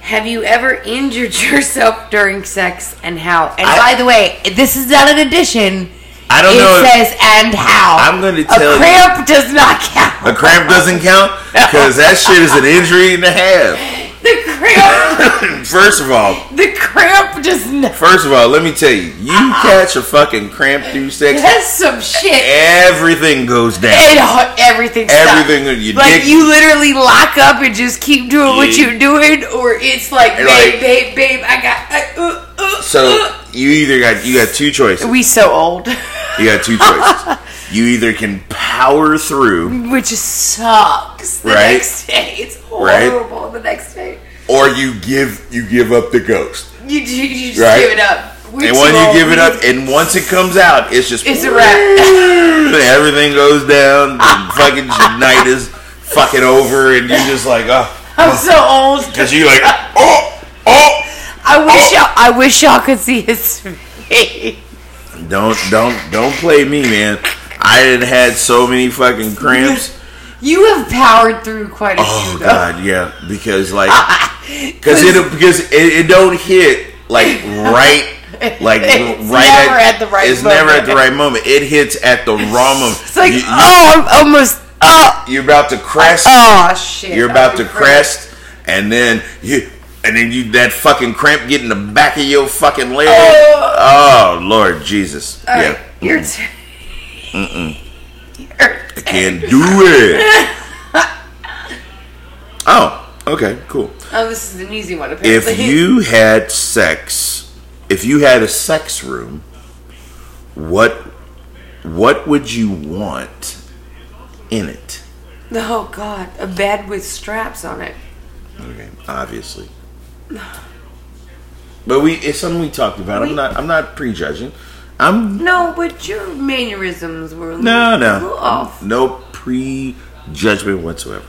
[SPEAKER 1] Have you ever injured yourself during sex, and how? And
[SPEAKER 2] I-
[SPEAKER 1] by the way, this is not an addition.
[SPEAKER 2] I don't
[SPEAKER 1] it
[SPEAKER 2] know if-
[SPEAKER 1] says and how.
[SPEAKER 2] I'm gonna tell
[SPEAKER 1] a
[SPEAKER 2] you-
[SPEAKER 1] cramp does not count.
[SPEAKER 2] A cramp doesn't count because that shit is an injury and a half.
[SPEAKER 1] The cramp,
[SPEAKER 2] First of all,
[SPEAKER 1] the cramp does not.
[SPEAKER 2] first of all, let me tell you, you catch a fucking cramp through sex,
[SPEAKER 1] That's some shit.
[SPEAKER 2] everything goes down.
[SPEAKER 1] It, all- everything stops.
[SPEAKER 2] Everything that you
[SPEAKER 1] like
[SPEAKER 2] dick-
[SPEAKER 1] you literally lock up and just keep doing what
[SPEAKER 2] Yeah.
[SPEAKER 1] you're doing, or it's like,
[SPEAKER 2] And
[SPEAKER 1] babe,
[SPEAKER 2] like-
[SPEAKER 1] babe, babe, I got. I, uh, uh,
[SPEAKER 2] So you either got you got two choices.
[SPEAKER 1] uh. we so old,
[SPEAKER 2] You got two choices. you either can power through
[SPEAKER 1] which sucks. The
[SPEAKER 2] Right.
[SPEAKER 1] next day, it's
[SPEAKER 2] Right.
[SPEAKER 1] horrible. The next day,
[SPEAKER 2] or you give you give up the ghost.
[SPEAKER 1] you you, you just
[SPEAKER 2] Right.
[SPEAKER 1] give it up. We're
[SPEAKER 2] and
[SPEAKER 1] too
[SPEAKER 2] when you
[SPEAKER 1] old.
[SPEAKER 2] give it up and once it comes out, it's just
[SPEAKER 1] It's a wrap.
[SPEAKER 2] Everything goes down, the fucking night is fucking over and you're just like, oh
[SPEAKER 1] I'm so old.
[SPEAKER 2] because you're like oh oh
[SPEAKER 1] I wish y'all. I wish y'all could see his face.
[SPEAKER 2] Don't don't don't play me, man. I had had so many fucking cramps.
[SPEAKER 1] You have powered through quite a
[SPEAKER 2] Oh
[SPEAKER 1] few. though.
[SPEAKER 2] god, yeah. Because like Cause it because it, it don't hit like right like
[SPEAKER 1] It's
[SPEAKER 2] right
[SPEAKER 1] never at the right
[SPEAKER 2] it's never at the
[SPEAKER 1] moment.
[SPEAKER 2] right moment. It hits at the wrong moment.
[SPEAKER 1] It's like,
[SPEAKER 2] you,
[SPEAKER 1] oh, I'm almost. Oh,
[SPEAKER 2] are about to crest.
[SPEAKER 1] oh shit.
[SPEAKER 2] you're about to
[SPEAKER 1] I'm crying.
[SPEAKER 2] crest, and then you and then you that fucking cramp get in the back of your fucking leg.
[SPEAKER 1] Oh.
[SPEAKER 2] Oh, Lord Jesus,
[SPEAKER 1] All
[SPEAKER 2] yeah,
[SPEAKER 1] right, Your turn. Your turn.
[SPEAKER 2] can't do it. oh, okay, cool.
[SPEAKER 1] Oh, this is an easy one. Apparently.
[SPEAKER 2] if you had sex, if you had a sex room, what what would you want in it?
[SPEAKER 1] Oh God, a bed with straps on it.
[SPEAKER 2] Okay, obviously. But we it's something we talked about. I'm
[SPEAKER 1] We-
[SPEAKER 2] not I'm not prejudging. I'm
[SPEAKER 1] No, but your mannerisms were a little, a
[SPEAKER 2] no
[SPEAKER 1] little
[SPEAKER 2] no
[SPEAKER 1] off.
[SPEAKER 2] no prejudgment whatsoever.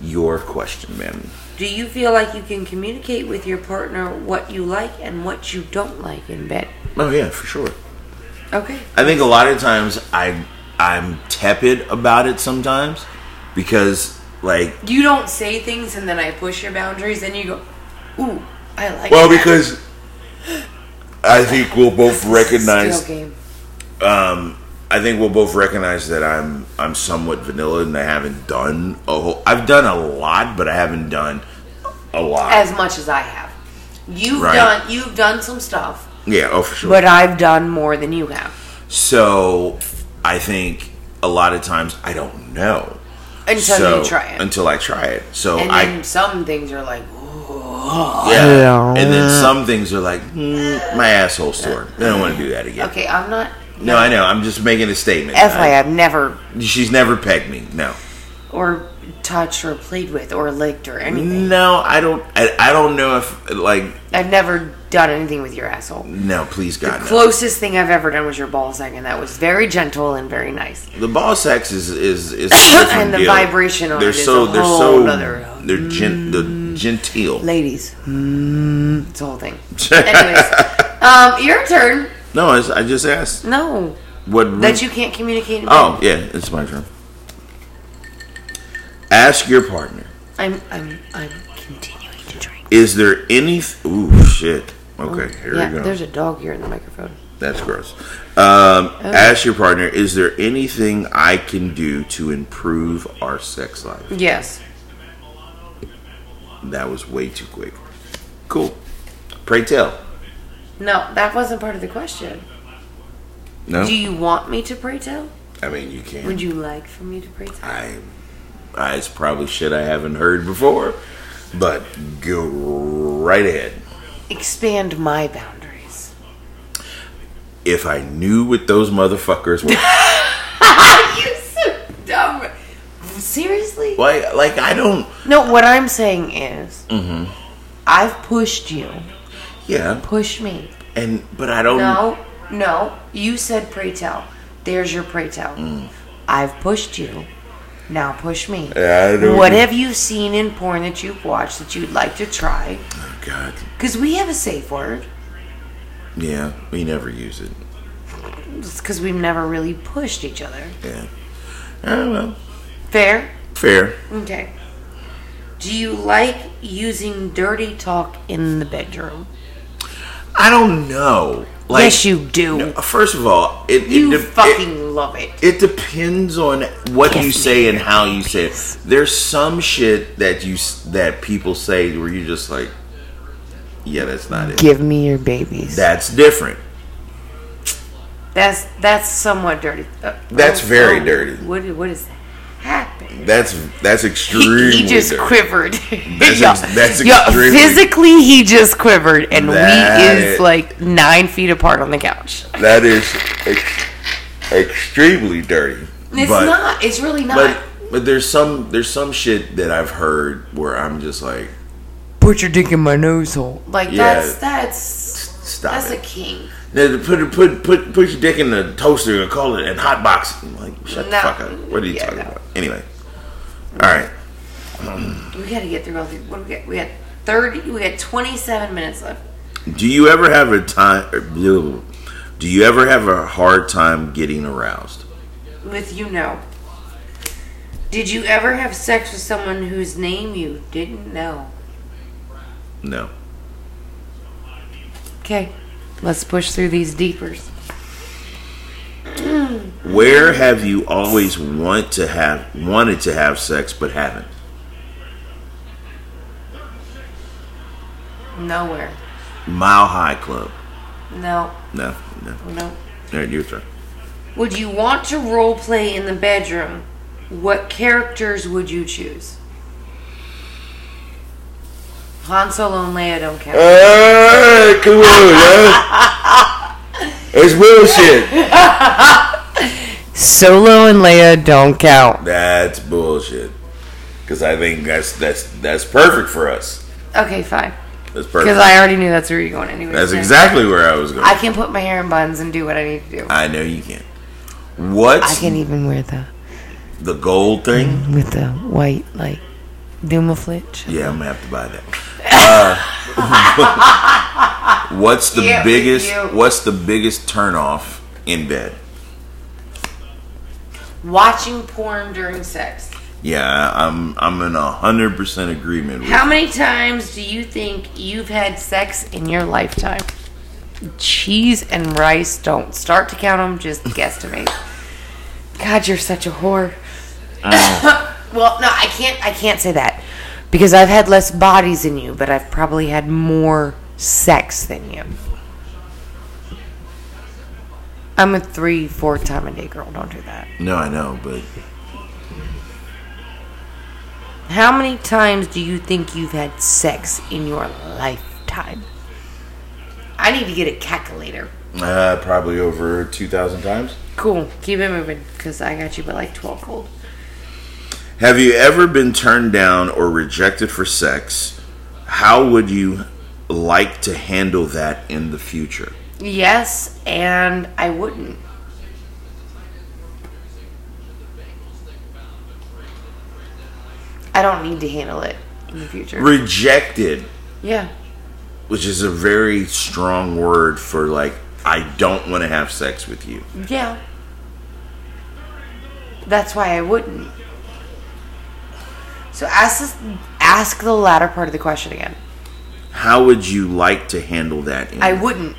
[SPEAKER 2] Your question, man.
[SPEAKER 1] Do you feel like you can communicate with your partner what you like and what you don't like in bed?
[SPEAKER 2] Oh yeah, for sure.
[SPEAKER 1] Okay.
[SPEAKER 2] I think a lot of times I I'm tepid about it sometimes because like
[SPEAKER 1] You don't say things and then I push your boundaries and you go, ooh, I like.
[SPEAKER 2] well
[SPEAKER 1] that."
[SPEAKER 2] because I think we'll both
[SPEAKER 1] Still
[SPEAKER 2] recognize
[SPEAKER 1] game.
[SPEAKER 2] um I think we'll both recognize that I'm I'm somewhat vanilla and I haven't done a whole I've done a lot but I haven't done a lot.
[SPEAKER 1] as much as I have. You've
[SPEAKER 2] Right.
[SPEAKER 1] done you've done some stuff,
[SPEAKER 2] yeah, oh for sure.
[SPEAKER 1] but I've done more than you have.
[SPEAKER 2] so I think a lot of times I don't know
[SPEAKER 1] Until
[SPEAKER 2] so,
[SPEAKER 1] you try it.
[SPEAKER 2] until I try it. So
[SPEAKER 1] and
[SPEAKER 2] I
[SPEAKER 1] then some things are like, "Whoa."
[SPEAKER 2] Yeah. And then some things are like, mm, my asshole sore. I don't want to do that again.
[SPEAKER 1] okay, I'm not.
[SPEAKER 2] No, I know. I'm just making a statement.
[SPEAKER 1] FYI, I've never
[SPEAKER 2] I- she's never pegged me. No.
[SPEAKER 1] or touched or played with or licked or anything.
[SPEAKER 2] No, I don't. I, I don't know if like
[SPEAKER 1] I've never done anything with your asshole.
[SPEAKER 2] no. Please God, no.
[SPEAKER 1] Closest thing I've ever done was your ball sack, and that was very gentle and very nice.
[SPEAKER 2] The ball sex is is is a different
[SPEAKER 1] And the
[SPEAKER 2] deal.
[SPEAKER 1] vibration on
[SPEAKER 2] they're
[SPEAKER 1] it is
[SPEAKER 2] so
[SPEAKER 1] a
[SPEAKER 2] they're
[SPEAKER 1] whole
[SPEAKER 2] so
[SPEAKER 1] nother- Mm.
[SPEAKER 2] they're gen, the genteel.
[SPEAKER 1] Ladies, mm, it's the whole thing. Anyways, um, your turn.
[SPEAKER 2] No, it's, I just asked
[SPEAKER 1] No,
[SPEAKER 2] what
[SPEAKER 1] that you can't communicate. in
[SPEAKER 2] Hmm. Oh yeah, it's my turn. Ask your partner.
[SPEAKER 1] bed. I'm, I'm, I'm continuing to drink.
[SPEAKER 2] Is there any? Ooh shit. Okay, here
[SPEAKER 1] yeah,
[SPEAKER 2] we go.
[SPEAKER 1] there's a dog here in the microphone.
[SPEAKER 2] That's gross. Um, Ask your partner. Is there anything I can do to improve our sex life?
[SPEAKER 1] Yes.
[SPEAKER 2] That was way too quick. Cool. Pray tell.
[SPEAKER 1] No, that wasn't part of the question.
[SPEAKER 2] No,
[SPEAKER 1] Do you want me to pray tell?
[SPEAKER 2] I mean you can.
[SPEAKER 1] Would you like for me to pray tell?
[SPEAKER 2] I, I it's probably shit I haven't heard before, but go right ahead.
[SPEAKER 1] Expand my boundaries.
[SPEAKER 2] If I knew what those motherfuckers were,
[SPEAKER 1] you so dumb. Seriously?
[SPEAKER 2] like, like I don't.
[SPEAKER 1] No, what I'm saying is, I've pushed you.
[SPEAKER 2] Yeah,
[SPEAKER 1] Push me.
[SPEAKER 2] and but I don't.
[SPEAKER 1] No, no. You said pray tell. There's your pray tell. I've pushed you. Now push me.
[SPEAKER 2] Yeah, I don't-
[SPEAKER 1] What have you seen in porn that you've watched that you'd like to try?
[SPEAKER 2] Oh, God,
[SPEAKER 1] Because we have a safe word.
[SPEAKER 2] yeah, we never use it.
[SPEAKER 1] It's because we've never really pushed each other.
[SPEAKER 2] Yeah, oh well,
[SPEAKER 1] Fair?
[SPEAKER 2] fair.
[SPEAKER 1] Okay. Do you like using dirty talk in the bedroom?
[SPEAKER 2] I don't know. Like,
[SPEAKER 1] yes, you do.
[SPEAKER 2] no, first of all, it it
[SPEAKER 1] you
[SPEAKER 2] de- it,
[SPEAKER 1] fucking love it.
[SPEAKER 2] It depends on what
[SPEAKER 1] Yes,
[SPEAKER 2] you say and how you say it. There's some shit that you s- that people say where you're just like, yeah, that's not it.
[SPEAKER 1] Give me your babies.
[SPEAKER 2] That's different.
[SPEAKER 1] That's that's somewhat dirty. Uh,
[SPEAKER 2] That's very dirty.
[SPEAKER 1] What what is that? Happened.
[SPEAKER 2] That's that's
[SPEAKER 1] He,
[SPEAKER 2] extremely.
[SPEAKER 1] he just
[SPEAKER 2] dirty.
[SPEAKER 1] quivered.
[SPEAKER 2] That's
[SPEAKER 1] Yeah.
[SPEAKER 2] ex- that's
[SPEAKER 1] Yeah,
[SPEAKER 2] extremely-
[SPEAKER 1] physically he just quivered, and
[SPEAKER 2] That
[SPEAKER 1] we is
[SPEAKER 2] is-
[SPEAKER 1] like nine feet apart on the couch.
[SPEAKER 2] That is ex- extremely dirty.
[SPEAKER 1] It's
[SPEAKER 2] but,
[SPEAKER 1] not. It's really not.
[SPEAKER 2] But but there's some there's some shit that I've heard where I'm just like,
[SPEAKER 1] Put your dick in my nose hole. Like
[SPEAKER 2] Yeah.
[SPEAKER 1] that's that's
[SPEAKER 2] stop
[SPEAKER 1] that's
[SPEAKER 2] it.
[SPEAKER 1] a king.
[SPEAKER 2] Now, to put put put put your dick in the toaster and call it and hot box. I'm like, shut
[SPEAKER 1] No.
[SPEAKER 2] the fuck up. What are you
[SPEAKER 1] Yeah,
[SPEAKER 2] talking
[SPEAKER 1] no.
[SPEAKER 2] about? Anyway, all right.
[SPEAKER 1] We got to get through all these. What do we got? We got thirty. We got twenty-seven minutes left.
[SPEAKER 2] Do you ever have a time? or blue- Do you ever have a hard time getting aroused?
[SPEAKER 1] with you know. Did you ever have sex with someone whose name you didn't know?
[SPEAKER 2] No.
[SPEAKER 1] Okay, let's push through these deepers.
[SPEAKER 2] Where have you always want to have wanted to have sex but haven't?
[SPEAKER 1] Nowhere.
[SPEAKER 2] Mile High Club.
[SPEAKER 1] No,
[SPEAKER 2] No, no. All
[SPEAKER 1] no.
[SPEAKER 2] right, your turn.
[SPEAKER 1] Would you want to role play in the bedroom? What characters would you choose? Han Solo and Leia don't count.
[SPEAKER 2] Hey, come on, man. It's bullshit.
[SPEAKER 1] Solo and Leia don't count.
[SPEAKER 2] That's bullshit. Because I think that's that's that's perfect for us.
[SPEAKER 1] Okay, fine.
[SPEAKER 2] That's
[SPEAKER 1] Because
[SPEAKER 2] perfect.
[SPEAKER 1] I already knew that's where you're going anyway.
[SPEAKER 2] that's exactly where I was going.
[SPEAKER 1] I
[SPEAKER 2] I,
[SPEAKER 1] can put my hair in buns and do what I need to do.
[SPEAKER 2] know you can. What's
[SPEAKER 1] I can even wear the
[SPEAKER 2] the gold thing?
[SPEAKER 1] with the white like Dumaflitch.
[SPEAKER 2] Yeah, I'm gonna have to buy that. Uh, what's the
[SPEAKER 1] Yeah,
[SPEAKER 2] biggest?
[SPEAKER 1] you.
[SPEAKER 2] What's the biggest turnoff in bed?
[SPEAKER 1] Watching porn during sex.
[SPEAKER 2] Yeah, I'm I'm in a hundred percent agreement with
[SPEAKER 1] How many times do you think you've had sex in your lifetime? Cheese and rice. Don't start to count them. Just guesstimate. God, you're such a whore. well, no, I can't. I can't say that because I've had less bodies than you, but I've probably had more sex than you. I'm a three, four time a day girl. Don't do that.
[SPEAKER 2] No, I know, but
[SPEAKER 1] How many times do you think you've had sex in your lifetime? I need to get a calculator.
[SPEAKER 2] uh, probably over two thousand times.
[SPEAKER 1] Cool. Keep it moving because I got you by like 12 fold.
[SPEAKER 2] Have you ever been turned down or rejected for sex? How would you like to handle that in the future?
[SPEAKER 1] Yes, and I wouldn't. I don't need to handle it in the future.
[SPEAKER 2] Rejected,
[SPEAKER 1] yeah.
[SPEAKER 2] which is a very strong word for like, I don't want to have sex with you.
[SPEAKER 1] Yeah. That's why I wouldn't. So ask this, ask the latter part of the question again.
[SPEAKER 2] How would you like to handle that? In
[SPEAKER 1] I wouldn't.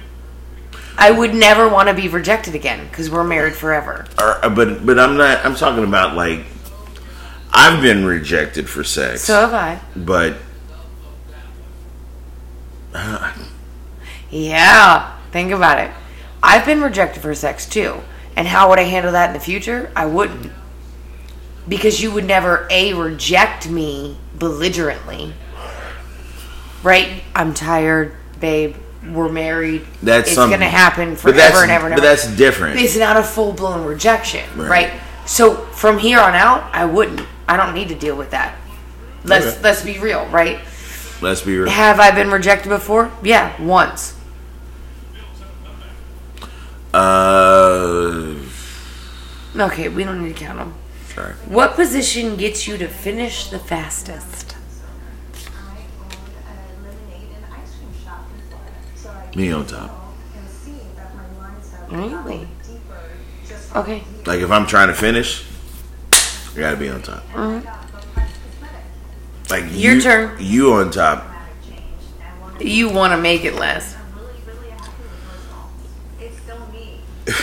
[SPEAKER 1] I would never want to be rejected again because we're married forever.
[SPEAKER 2] Or- uh, but but I'm not. I'm talking about like, I've been rejected for sex,
[SPEAKER 1] So have I.
[SPEAKER 2] but
[SPEAKER 1] Yeah. Think about it. I've been rejected for sex too. And how would I handle that in the future? I wouldn't. Because you would never A reject me belligerently. Right? I'm tired, babe. We're married.
[SPEAKER 2] that's
[SPEAKER 1] it's
[SPEAKER 2] something
[SPEAKER 1] gonna happen
[SPEAKER 2] But that's-
[SPEAKER 1] forever and ever and ever.
[SPEAKER 2] But that's different.
[SPEAKER 1] it's not a full blown rejection,
[SPEAKER 2] Right.
[SPEAKER 1] right. So from here on out, I wouldn't. I don't need to deal with that. Let's
[SPEAKER 2] Okay.
[SPEAKER 1] let's be real, right?
[SPEAKER 2] Let's be real.
[SPEAKER 1] Have I been rejected before? Yeah, once.
[SPEAKER 2] Uh,
[SPEAKER 1] Okay, we don't need to count them.
[SPEAKER 2] sorry.
[SPEAKER 1] What position gets you to finish the fastest?
[SPEAKER 3] I own a lemonade and ice cream shop in Florida. So I
[SPEAKER 2] Me on top.
[SPEAKER 3] can see that my mindset
[SPEAKER 1] Really?
[SPEAKER 3] deeper just
[SPEAKER 1] Okay.
[SPEAKER 2] Like if I'm trying to finish, I gotta be on top. Like
[SPEAKER 1] Your
[SPEAKER 2] you-
[SPEAKER 1] turn.
[SPEAKER 2] You on top.
[SPEAKER 1] You want to make it last.
[SPEAKER 3] really, really happy with myself. It's still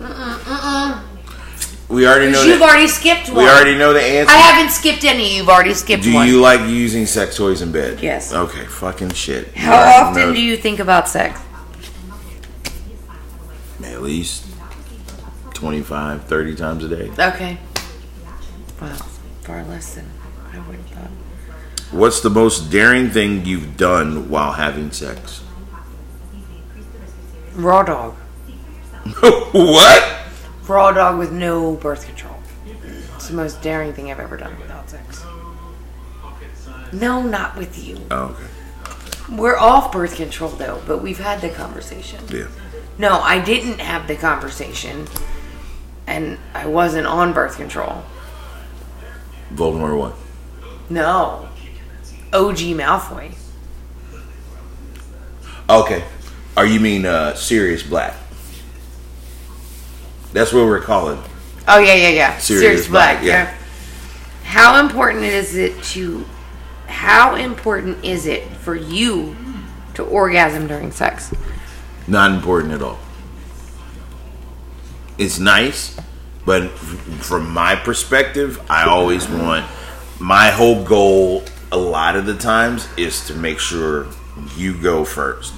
[SPEAKER 3] me.
[SPEAKER 2] We already know.
[SPEAKER 1] You've
[SPEAKER 2] the-
[SPEAKER 1] already skipped one.
[SPEAKER 2] we already know the answer.
[SPEAKER 1] I haven't skipped any. You've already skipped
[SPEAKER 2] do
[SPEAKER 1] one.
[SPEAKER 2] you like using sex toys in bed?
[SPEAKER 1] Yes.
[SPEAKER 2] Okay. Fucking shit. You
[SPEAKER 1] How
[SPEAKER 2] already
[SPEAKER 1] often
[SPEAKER 2] know-
[SPEAKER 1] do you think about sex?
[SPEAKER 2] At least 25, 30 times a day.
[SPEAKER 1] Okay. Wow. Far less than I would have thought.
[SPEAKER 2] What's the most daring thing you've done while having sex?
[SPEAKER 1] Raw dog.
[SPEAKER 2] what?
[SPEAKER 1] Raw dog with no birth control. It's the most daring thing I've ever done without sex. No, not with you.
[SPEAKER 2] Oh, okay.
[SPEAKER 1] We're off birth control though, but we've had the conversation.
[SPEAKER 2] Yeah.
[SPEAKER 1] No, I didn't have the conversation, and I wasn't on birth control.
[SPEAKER 2] Voldemort what?
[SPEAKER 1] No. OG Malfoy.
[SPEAKER 2] Okay. Are you mean uh Sirius Black? That's what we're calling.
[SPEAKER 1] Oh yeah, yeah, yeah.
[SPEAKER 2] Sirius
[SPEAKER 1] Serious,
[SPEAKER 2] Black,
[SPEAKER 1] Black.
[SPEAKER 2] yeah.
[SPEAKER 1] yeah. How important is it to? How important is it for you to orgasm during sex?
[SPEAKER 2] Not important at all. It's nice, but f- from my perspective, I always want my whole goal a lot of the times is to make sure you go first.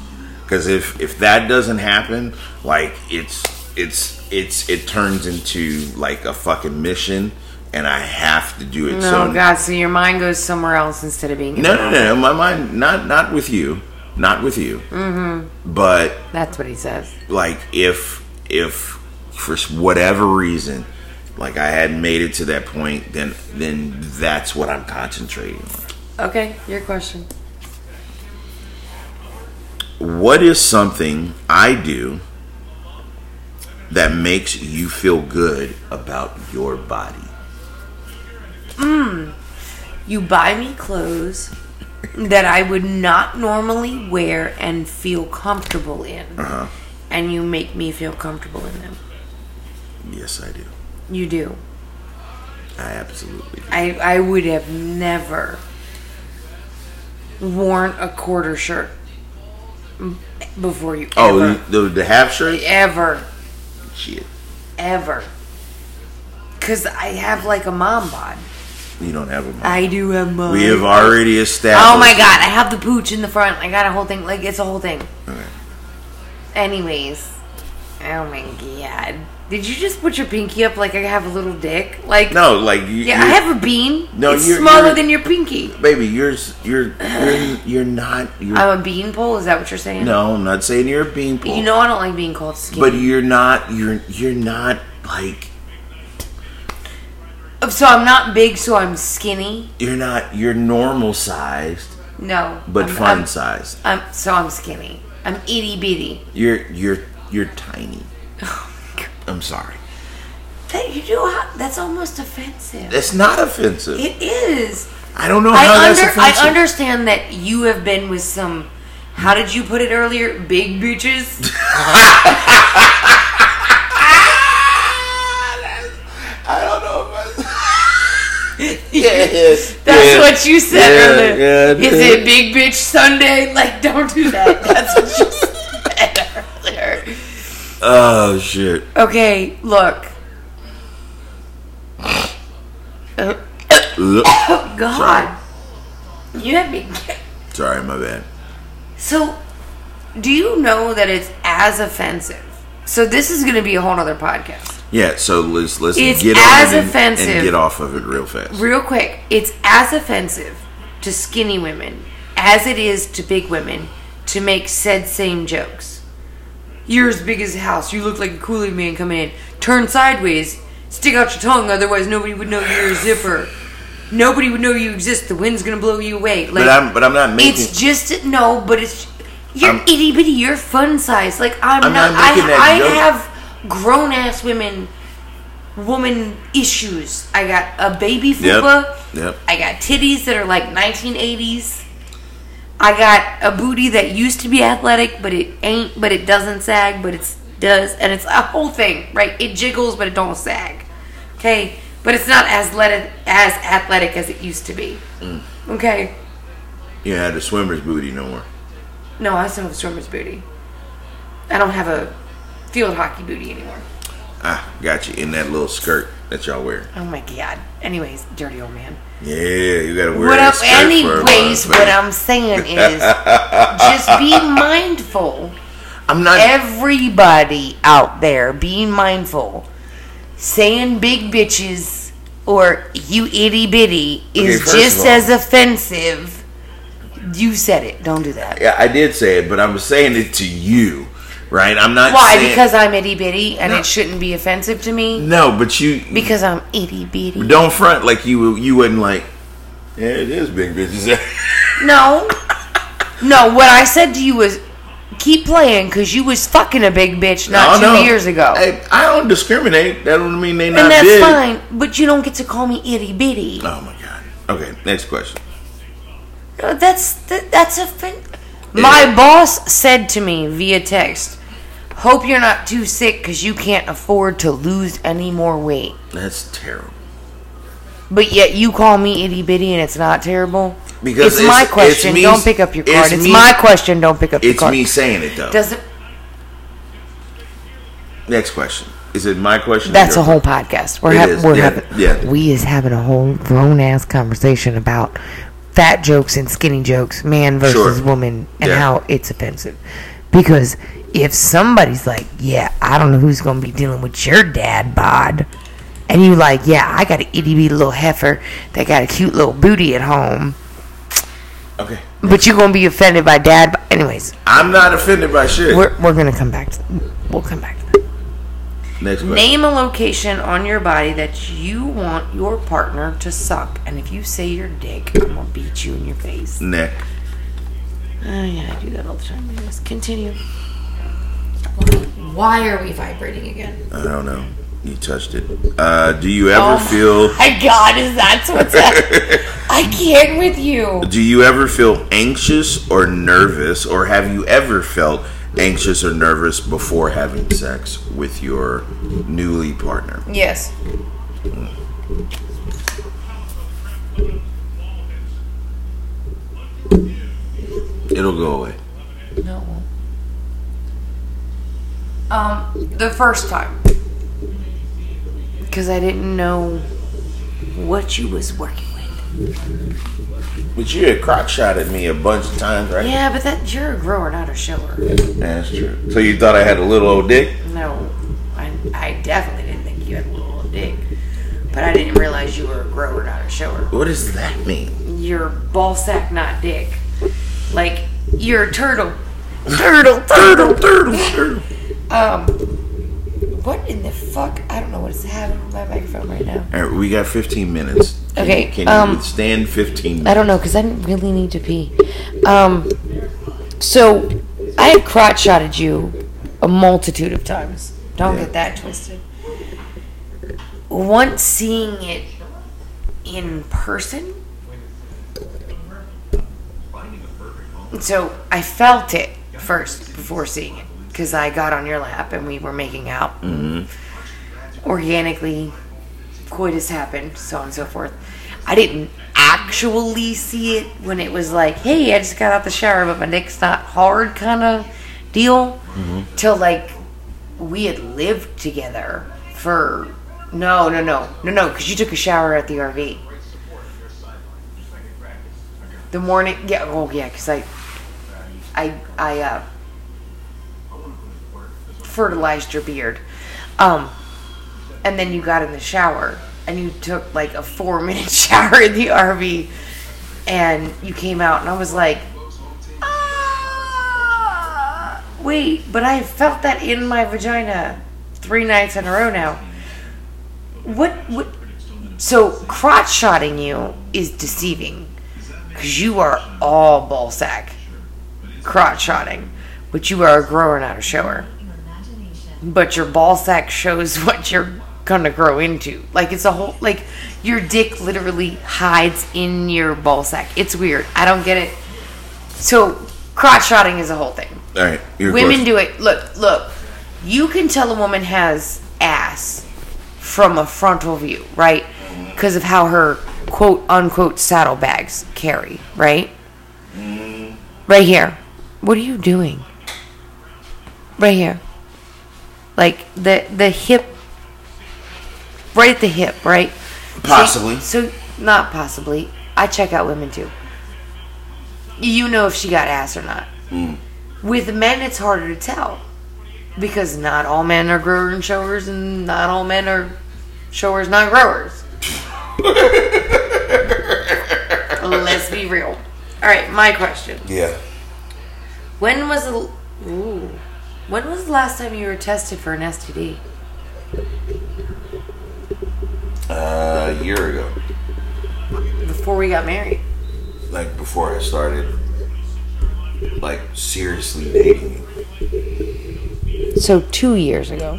[SPEAKER 2] Cuz if if that doesn't happen, like it's it's it's it turns into like a fucking mission and I have to do it.
[SPEAKER 1] No, Oh, God. So your mind goes somewhere else instead of being.
[SPEAKER 2] No, no, no, no. My mind, not not with you, not with you. Mm-hmm. But
[SPEAKER 1] That's what he says.
[SPEAKER 2] like, if if for whatever reason, like I hadn't made it to that point, then then that's what I'm concentrating on.
[SPEAKER 1] Okay, your question.
[SPEAKER 2] What is something I do that makes you feel good about your body?
[SPEAKER 1] You buy me clothes that I would not normally wear and feel comfortable in,
[SPEAKER 2] Uh-huh.
[SPEAKER 1] and you make me feel comfortable in them.
[SPEAKER 2] Yes, I do.
[SPEAKER 1] You do.
[SPEAKER 2] I absolutely. do.
[SPEAKER 1] I I would have never worn a quarter shirt m- before you.
[SPEAKER 2] Oh,
[SPEAKER 1] ever,
[SPEAKER 2] the, the half shirt.
[SPEAKER 1] ever,
[SPEAKER 2] Shit,
[SPEAKER 1] ever. Cause I have like a mom bod.
[SPEAKER 2] you don't have a.
[SPEAKER 1] I do have mom.
[SPEAKER 2] We have already established.
[SPEAKER 1] Um, Oh my god! I have the pooch in the front. I got a whole thing. Like it's a whole thing.
[SPEAKER 2] Okay.
[SPEAKER 1] Anyways, oh my god! Did you just put your pinky up like I have a little dick? Like
[SPEAKER 2] No, like you.
[SPEAKER 1] yeah, I
[SPEAKER 2] you-
[SPEAKER 1] have a bean.
[SPEAKER 2] No,
[SPEAKER 1] it's
[SPEAKER 2] you're-
[SPEAKER 1] smaller
[SPEAKER 2] you're- Mm.
[SPEAKER 1] than your pinky.
[SPEAKER 2] baby. You're s- you're you're, you're not. You're,
[SPEAKER 1] I'm a bean pole. Is that what you're saying?
[SPEAKER 2] no, I'm not saying you're a beanpole.
[SPEAKER 1] Uh, You know I don't like being called skinny.
[SPEAKER 2] but you're not. You're you're not like.
[SPEAKER 1] Oh, So I'm not big, so I'm skinny.
[SPEAKER 2] You're not you're normal sized,
[SPEAKER 1] No,
[SPEAKER 2] but
[SPEAKER 1] I'm-
[SPEAKER 2] fun
[SPEAKER 1] I'm-
[SPEAKER 2] sized.
[SPEAKER 1] I'm, so I'm skinny. I'm itty bitty.
[SPEAKER 2] You're you're you're tiny.
[SPEAKER 1] Oh
[SPEAKER 2] I'm sorry.
[SPEAKER 1] That you do. ha- That's almost offensive.
[SPEAKER 2] That's not offensive.
[SPEAKER 1] It is.
[SPEAKER 2] I don't know how
[SPEAKER 1] I
[SPEAKER 2] that's
[SPEAKER 1] under
[SPEAKER 2] offensive.
[SPEAKER 1] I understand that you have been with some. How did you put it earlier? Big bitches.
[SPEAKER 2] Ah, I don't know if I. yes.
[SPEAKER 1] That's
[SPEAKER 2] yeah.
[SPEAKER 1] what you said
[SPEAKER 2] Yeah,
[SPEAKER 1] earlier.
[SPEAKER 2] yeah.
[SPEAKER 1] Is it Big Bitch Sunday? Like, don't do that. That's what you said earlier.
[SPEAKER 2] Oh shit.
[SPEAKER 1] Okay, look.
[SPEAKER 2] Ugh.
[SPEAKER 1] Oh God, you have me.
[SPEAKER 2] Sorry, my bad.
[SPEAKER 1] So, do you know that it's as offensive? So this is going to be a whole nother podcast.
[SPEAKER 2] Yeah, so let's let's
[SPEAKER 1] It's
[SPEAKER 2] get
[SPEAKER 1] as
[SPEAKER 2] on it and-
[SPEAKER 1] offensive.
[SPEAKER 2] and get off of it real fast.
[SPEAKER 1] Real quick, it's as offensive to skinny women as it is to big women to make said same jokes. You're as big as a house. You look like a coolie man coming in. Turn sideways. Stick out your tongue, otherwise nobody would know you're a zipper. Nobody would know you exist. The wind's gonna blow you away. Like
[SPEAKER 2] But I'm but I'm not making.
[SPEAKER 1] It's just no, but it's you're
[SPEAKER 2] I'm-
[SPEAKER 1] itty bitty. You're fun size. Like I'm,
[SPEAKER 2] I'm
[SPEAKER 1] not.
[SPEAKER 2] not making
[SPEAKER 1] I,
[SPEAKER 2] that
[SPEAKER 1] I
[SPEAKER 2] joke.
[SPEAKER 1] have grown ass women, woman issues. I got a baby
[SPEAKER 2] Yep,
[SPEAKER 1] fupa.
[SPEAKER 2] yep.
[SPEAKER 1] I got titties that are like 1980s. I got a booty that used to be athletic, but it ain't. But it doesn't sag. But it's does, and it's a whole thing, right? It jiggles, but it don't sag. Okay, but it's not as athletic as athletic as it used to be.
[SPEAKER 2] Mm.
[SPEAKER 1] Okay.
[SPEAKER 2] you had a swimmer's booty no more.
[SPEAKER 1] No, I still have a swimmer's booty. I don't have a field hockey booty anymore.
[SPEAKER 2] Ah, got you in that little skirt that y'all wear.
[SPEAKER 1] Oh my god. Anyways, dirty old man.
[SPEAKER 2] Yeah, you gotta wear
[SPEAKER 1] What
[SPEAKER 2] that
[SPEAKER 1] up?
[SPEAKER 2] skirt
[SPEAKER 1] Anyways,
[SPEAKER 2] for a
[SPEAKER 1] what I'm saying is just be mindful.
[SPEAKER 2] I'm not.
[SPEAKER 1] Everybody out there, be mindful. Saying big bitches or you itty bitty
[SPEAKER 2] Okay,
[SPEAKER 1] is
[SPEAKER 2] first
[SPEAKER 1] just
[SPEAKER 2] of all-
[SPEAKER 1] as offensive. You said it. Don't do that.
[SPEAKER 2] yeah, I did say it, but I'm saying it to you, right? I'm not.
[SPEAKER 1] Why?
[SPEAKER 2] saying-
[SPEAKER 1] Because I'm itty bitty and
[SPEAKER 2] No.
[SPEAKER 1] it shouldn't be offensive to me?
[SPEAKER 2] no, but you
[SPEAKER 1] Because I'm itty bitty.
[SPEAKER 2] don't front like you you wouldn't like. Yeah, it is big bitches.
[SPEAKER 1] No. No, what I said to you was keep playing because you was fucking a big bitch not two
[SPEAKER 2] No, no.
[SPEAKER 1] years ago.
[SPEAKER 2] Hey, I don't discriminate. That don't mean they not
[SPEAKER 1] and that's
[SPEAKER 2] big.
[SPEAKER 1] fine, but you don't get to call me itty bitty.
[SPEAKER 2] Oh my god. Okay, next question.
[SPEAKER 1] No, That's that, that's a fin- My boss said to me via text, "Hope you're not too sick because you can't afford to lose any more weight."
[SPEAKER 2] That's terrible.
[SPEAKER 1] But yet you call me itty bitty and it's not terrible.
[SPEAKER 2] Because
[SPEAKER 1] it's,
[SPEAKER 2] it's-
[SPEAKER 1] my
[SPEAKER 2] it's
[SPEAKER 1] question.
[SPEAKER 2] me-
[SPEAKER 1] don't pick up your card.
[SPEAKER 2] it's
[SPEAKER 1] It's,
[SPEAKER 2] me-
[SPEAKER 1] my question. Don't pick up your
[SPEAKER 2] It's
[SPEAKER 1] card.
[SPEAKER 2] me saying it though.
[SPEAKER 1] Doesn't.
[SPEAKER 2] next question. Is it my question? or
[SPEAKER 1] That's a
[SPEAKER 2] your
[SPEAKER 1] whole podcast. We're
[SPEAKER 2] It
[SPEAKER 1] having
[SPEAKER 2] is,
[SPEAKER 1] we're
[SPEAKER 2] yeah,
[SPEAKER 1] having
[SPEAKER 2] yeah.
[SPEAKER 1] we is having a whole grown ass conversation about fat jokes and skinny jokes, man versus
[SPEAKER 2] Sure.
[SPEAKER 1] woman, and
[SPEAKER 2] Yeah.
[SPEAKER 1] how it's offensive. Because if somebody's like, "Yeah, I don't know who's gonna be dealing with your dad bod," and you like, "Yeah, I got an itty bitty little heifer that got a cute little booty at home,"
[SPEAKER 2] Okay.
[SPEAKER 1] but you're gonna be offended by dad. Bod. Anyways,
[SPEAKER 2] I'm not offended by shit.
[SPEAKER 1] we're we're gonna come back. To, we'll come back. To that.
[SPEAKER 2] next question.
[SPEAKER 1] Name a location on your body that you want your partner to suck, and if you say your dick, I'm gonna beat you in your face. Oh
[SPEAKER 2] Neck.
[SPEAKER 1] yeah, I do that all the time. Anyways, continue. Why are we vibrating again?
[SPEAKER 2] I don't know. You touched it. Uh, do you ever feel?
[SPEAKER 1] My God, is that's what's up? I can't with you.
[SPEAKER 2] Do you ever feel anxious or nervous, or have you ever felt anxious or nervous before having sex with your newly partner?
[SPEAKER 1] Yes.
[SPEAKER 2] It'll go away.
[SPEAKER 1] No. Um, the first time, because I didn't know what you was working with.
[SPEAKER 2] But you had crock shot at me a bunch of times, right?
[SPEAKER 1] Yeah, but that you're a grower, not a shower.
[SPEAKER 2] That's true. So you thought I had a little old dick?
[SPEAKER 1] No, I, I definitely didn't think you had a little dick, but I didn't realize you were a grower, not a shower.
[SPEAKER 2] What does that mean?
[SPEAKER 1] You're ball sack, not dick. Like you're a turtle, turtle, turtle.
[SPEAKER 2] Turtle, turtle.
[SPEAKER 1] Um,
[SPEAKER 4] What in the fuck? I don't know what's happening with my microphone right now.
[SPEAKER 2] All right, we got 15 minutes. Can,
[SPEAKER 4] Okay,
[SPEAKER 2] Can you
[SPEAKER 4] um,
[SPEAKER 2] withstand 15 minutes?
[SPEAKER 4] I don't know because I didn't really need to pee. Um, so I have crotch shotted you a multitude of times. Don't
[SPEAKER 2] Yeah.
[SPEAKER 4] get that twisted. Once seeing it in person, so I felt it first before seeing it because I got on your lap and we were making out. Organically, coitus happened, so on and so forth. I didn't actually see it when it was like, hey, I just got out the shower, but my dick's not hard kind of deal. Till like we had lived together for no, no, no, no, no, because you took a shower at the RV. The morning, yeah, oh yeah, because I, I, I uh, fertilized your beard. Um, and then you got in the shower and you took like a four minute shower in the RV and you came out and I was like, ah, wait, but I have felt that in my vagina three nights in a row now. What? what so crotch shotting you is deceiving because you are all ball sack crotch shotting, but you are a grower, not a shower but your ball sack shows what you're gonna grow into. Like it's a whole like your dick literally hides in your ball sack. It's weird. I don't get it. So crotch shotting is a whole thing.
[SPEAKER 2] All right, your
[SPEAKER 4] Women
[SPEAKER 2] question.
[SPEAKER 4] do it. Look, look. You can tell a woman has ass from a frontal view, right? Because of how her quote unquote saddlebags carry, right? Right here. What are you doing? Right here. Like the the hip right at the hip, right?
[SPEAKER 2] Possibly.
[SPEAKER 4] So, so not possibly. I check out women too. You know if she got ass or not. With men, it's harder to tell because not all men are growers and showers, and not all men are showers, not growers. Let's be real. All right, my question:
[SPEAKER 2] Yeah.
[SPEAKER 4] When was the ooh, when was the last time you were tested for an STD?
[SPEAKER 2] Uh, a year ago,
[SPEAKER 4] Before we got married.
[SPEAKER 2] like before I started, like seriously dating you.
[SPEAKER 4] So two years ago.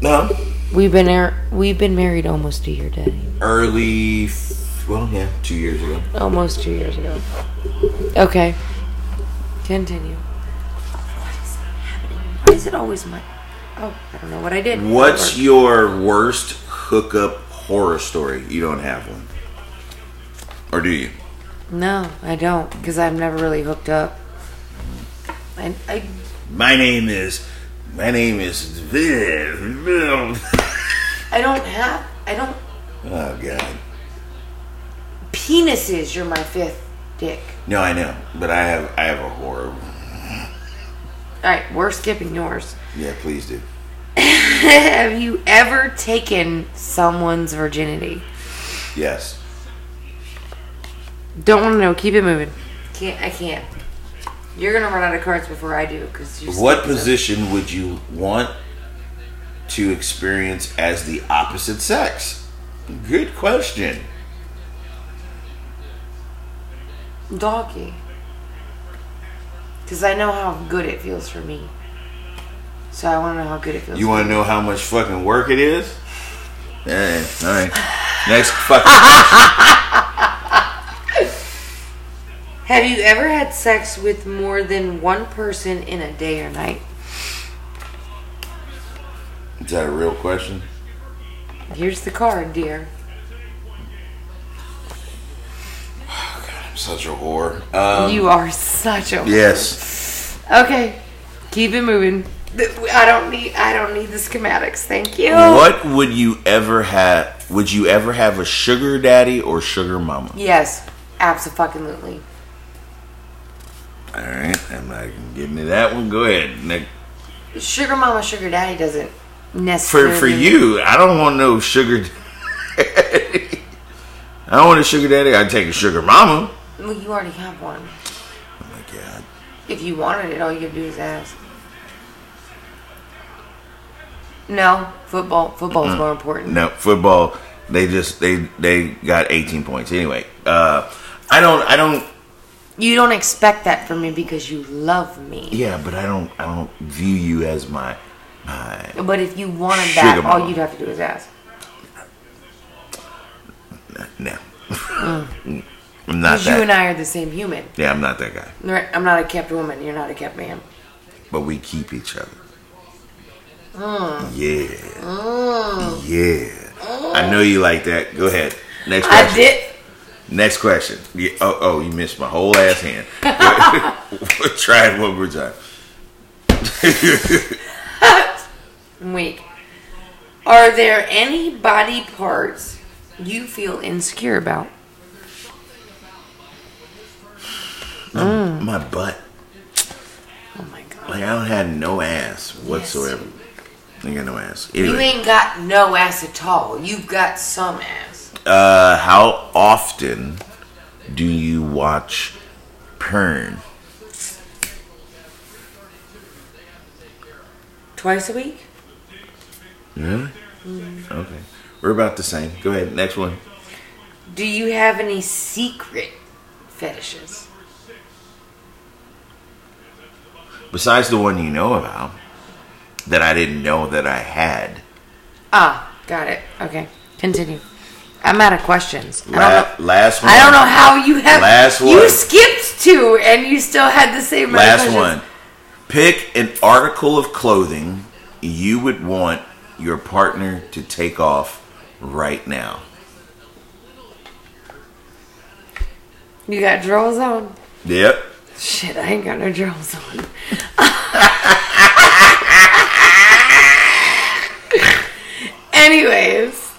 [SPEAKER 2] No.
[SPEAKER 4] We've been er- we've been married almost a year, Daddy.
[SPEAKER 2] Early, f- well, yeah, two years ago.
[SPEAKER 4] Almost two years ago. Okay. Continue. Why is it always my? Oh, I don't know what I did.
[SPEAKER 2] What's your worst hookup horror story? You don't have one, or do you?
[SPEAKER 4] No, I don't, because I've never really hooked up. I, I
[SPEAKER 2] My name is. My name is. Oh
[SPEAKER 4] I don't have I don't
[SPEAKER 2] God.
[SPEAKER 4] penises. You're my fifth dick.
[SPEAKER 2] No, I know, but I have. I have a horror. one.
[SPEAKER 4] All right, we're skipping yours.
[SPEAKER 2] Yeah, please do.
[SPEAKER 4] have you ever taken someone's virginity?
[SPEAKER 2] Yes.
[SPEAKER 4] Don't want to know. Keep it moving. Can't. I can't. You're gonna run out of cards before I do, because you.
[SPEAKER 2] What position would you want to experience as the opposite sex? Good question.
[SPEAKER 4] Doggy. Because I know how good it feels for me. So I want to know how good it feels.
[SPEAKER 2] You
[SPEAKER 4] for
[SPEAKER 2] want to
[SPEAKER 4] me.
[SPEAKER 2] know how much fucking work it is? Eh, all right. Next fucking question.
[SPEAKER 4] Have you ever had sex with more than one person in a day or night?
[SPEAKER 2] Is that a real question?
[SPEAKER 4] Here's the card, dear.
[SPEAKER 2] I'm such a whore. Um,
[SPEAKER 4] you are such a.
[SPEAKER 2] yes.
[SPEAKER 4] Okay, keep it moving. Th- I don't need. I don't need the schematics. Thank you.
[SPEAKER 2] What would you ever have? Would you ever have a sugar daddy or sugar mama?
[SPEAKER 4] Yes, absolutely.
[SPEAKER 2] All right. I'm not even getting to that one. Go ahead. Nick.
[SPEAKER 4] Sugar mama, sugar daddy doesn't
[SPEAKER 2] For
[SPEAKER 4] necessarily.
[SPEAKER 2] for
[SPEAKER 1] Mm-hmm.
[SPEAKER 2] you, I don't want no sugar. daddy. I don't want a sugar daddy. I'd take a sugar mama.
[SPEAKER 4] Well, you already have one.
[SPEAKER 2] Oh my god.
[SPEAKER 4] If you wanted it, all you could do is ask.
[SPEAKER 1] No, football. Football's more important.
[SPEAKER 2] Mm. No, football. They just they they got 18 points anyway. Uh, I don't I don't
[SPEAKER 1] You don't expect that from me because you love me.
[SPEAKER 2] yeah, but I don't I don't view you as my my
[SPEAKER 1] But if you wanted
[SPEAKER 2] Sugar
[SPEAKER 1] that, all
[SPEAKER 2] mama.
[SPEAKER 1] you'd have to do is ask.
[SPEAKER 2] no. I'm not
[SPEAKER 1] Because
[SPEAKER 2] that.
[SPEAKER 1] you and I are the same human.
[SPEAKER 2] yeah, I'm not that guy.
[SPEAKER 1] Right? I'm not a kept woman. You're not a kept man.
[SPEAKER 2] But we keep each other.
[SPEAKER 1] Mm.
[SPEAKER 2] Yeah. Yeah. I know you like that. Go ahead. Next question.
[SPEAKER 1] I did.
[SPEAKER 2] Next question. Yeah, oh, oh, you missed my whole ass hand. Try it one more time.
[SPEAKER 1] I'm weak. Are there any body parts you feel insecure about?
[SPEAKER 2] My butt.
[SPEAKER 1] Mm. Oh my god.
[SPEAKER 2] Like I don't have no ass whatsoever. I ain't got no ass.
[SPEAKER 1] You
[SPEAKER 2] Anyway,
[SPEAKER 1] ain't got no ass at all. You've got some ass.
[SPEAKER 2] uh, how often do you watch porn?
[SPEAKER 1] Twice a week?
[SPEAKER 2] Really?
[SPEAKER 1] Mm.
[SPEAKER 2] Okay, we're about the same. Go ahead. Next one.
[SPEAKER 1] Do you have any secret fetishes?
[SPEAKER 2] Besides the one you know about that I didn't know that I had.
[SPEAKER 1] Ah, got it. Okay, continue. I'm out of questions. I
[SPEAKER 2] La-
[SPEAKER 1] don't know.
[SPEAKER 2] Last one.
[SPEAKER 1] I don't know how you have.
[SPEAKER 2] Last
[SPEAKER 1] You
[SPEAKER 2] one.
[SPEAKER 1] skipped two, and you still had the same. amount of
[SPEAKER 2] Last
[SPEAKER 1] questions.
[SPEAKER 2] one. Pick an article of clothing you would want your partner to take off right now.
[SPEAKER 1] You got drawers on.
[SPEAKER 2] Yep.
[SPEAKER 1] Shit, I ain't got no drawers on. Anyways,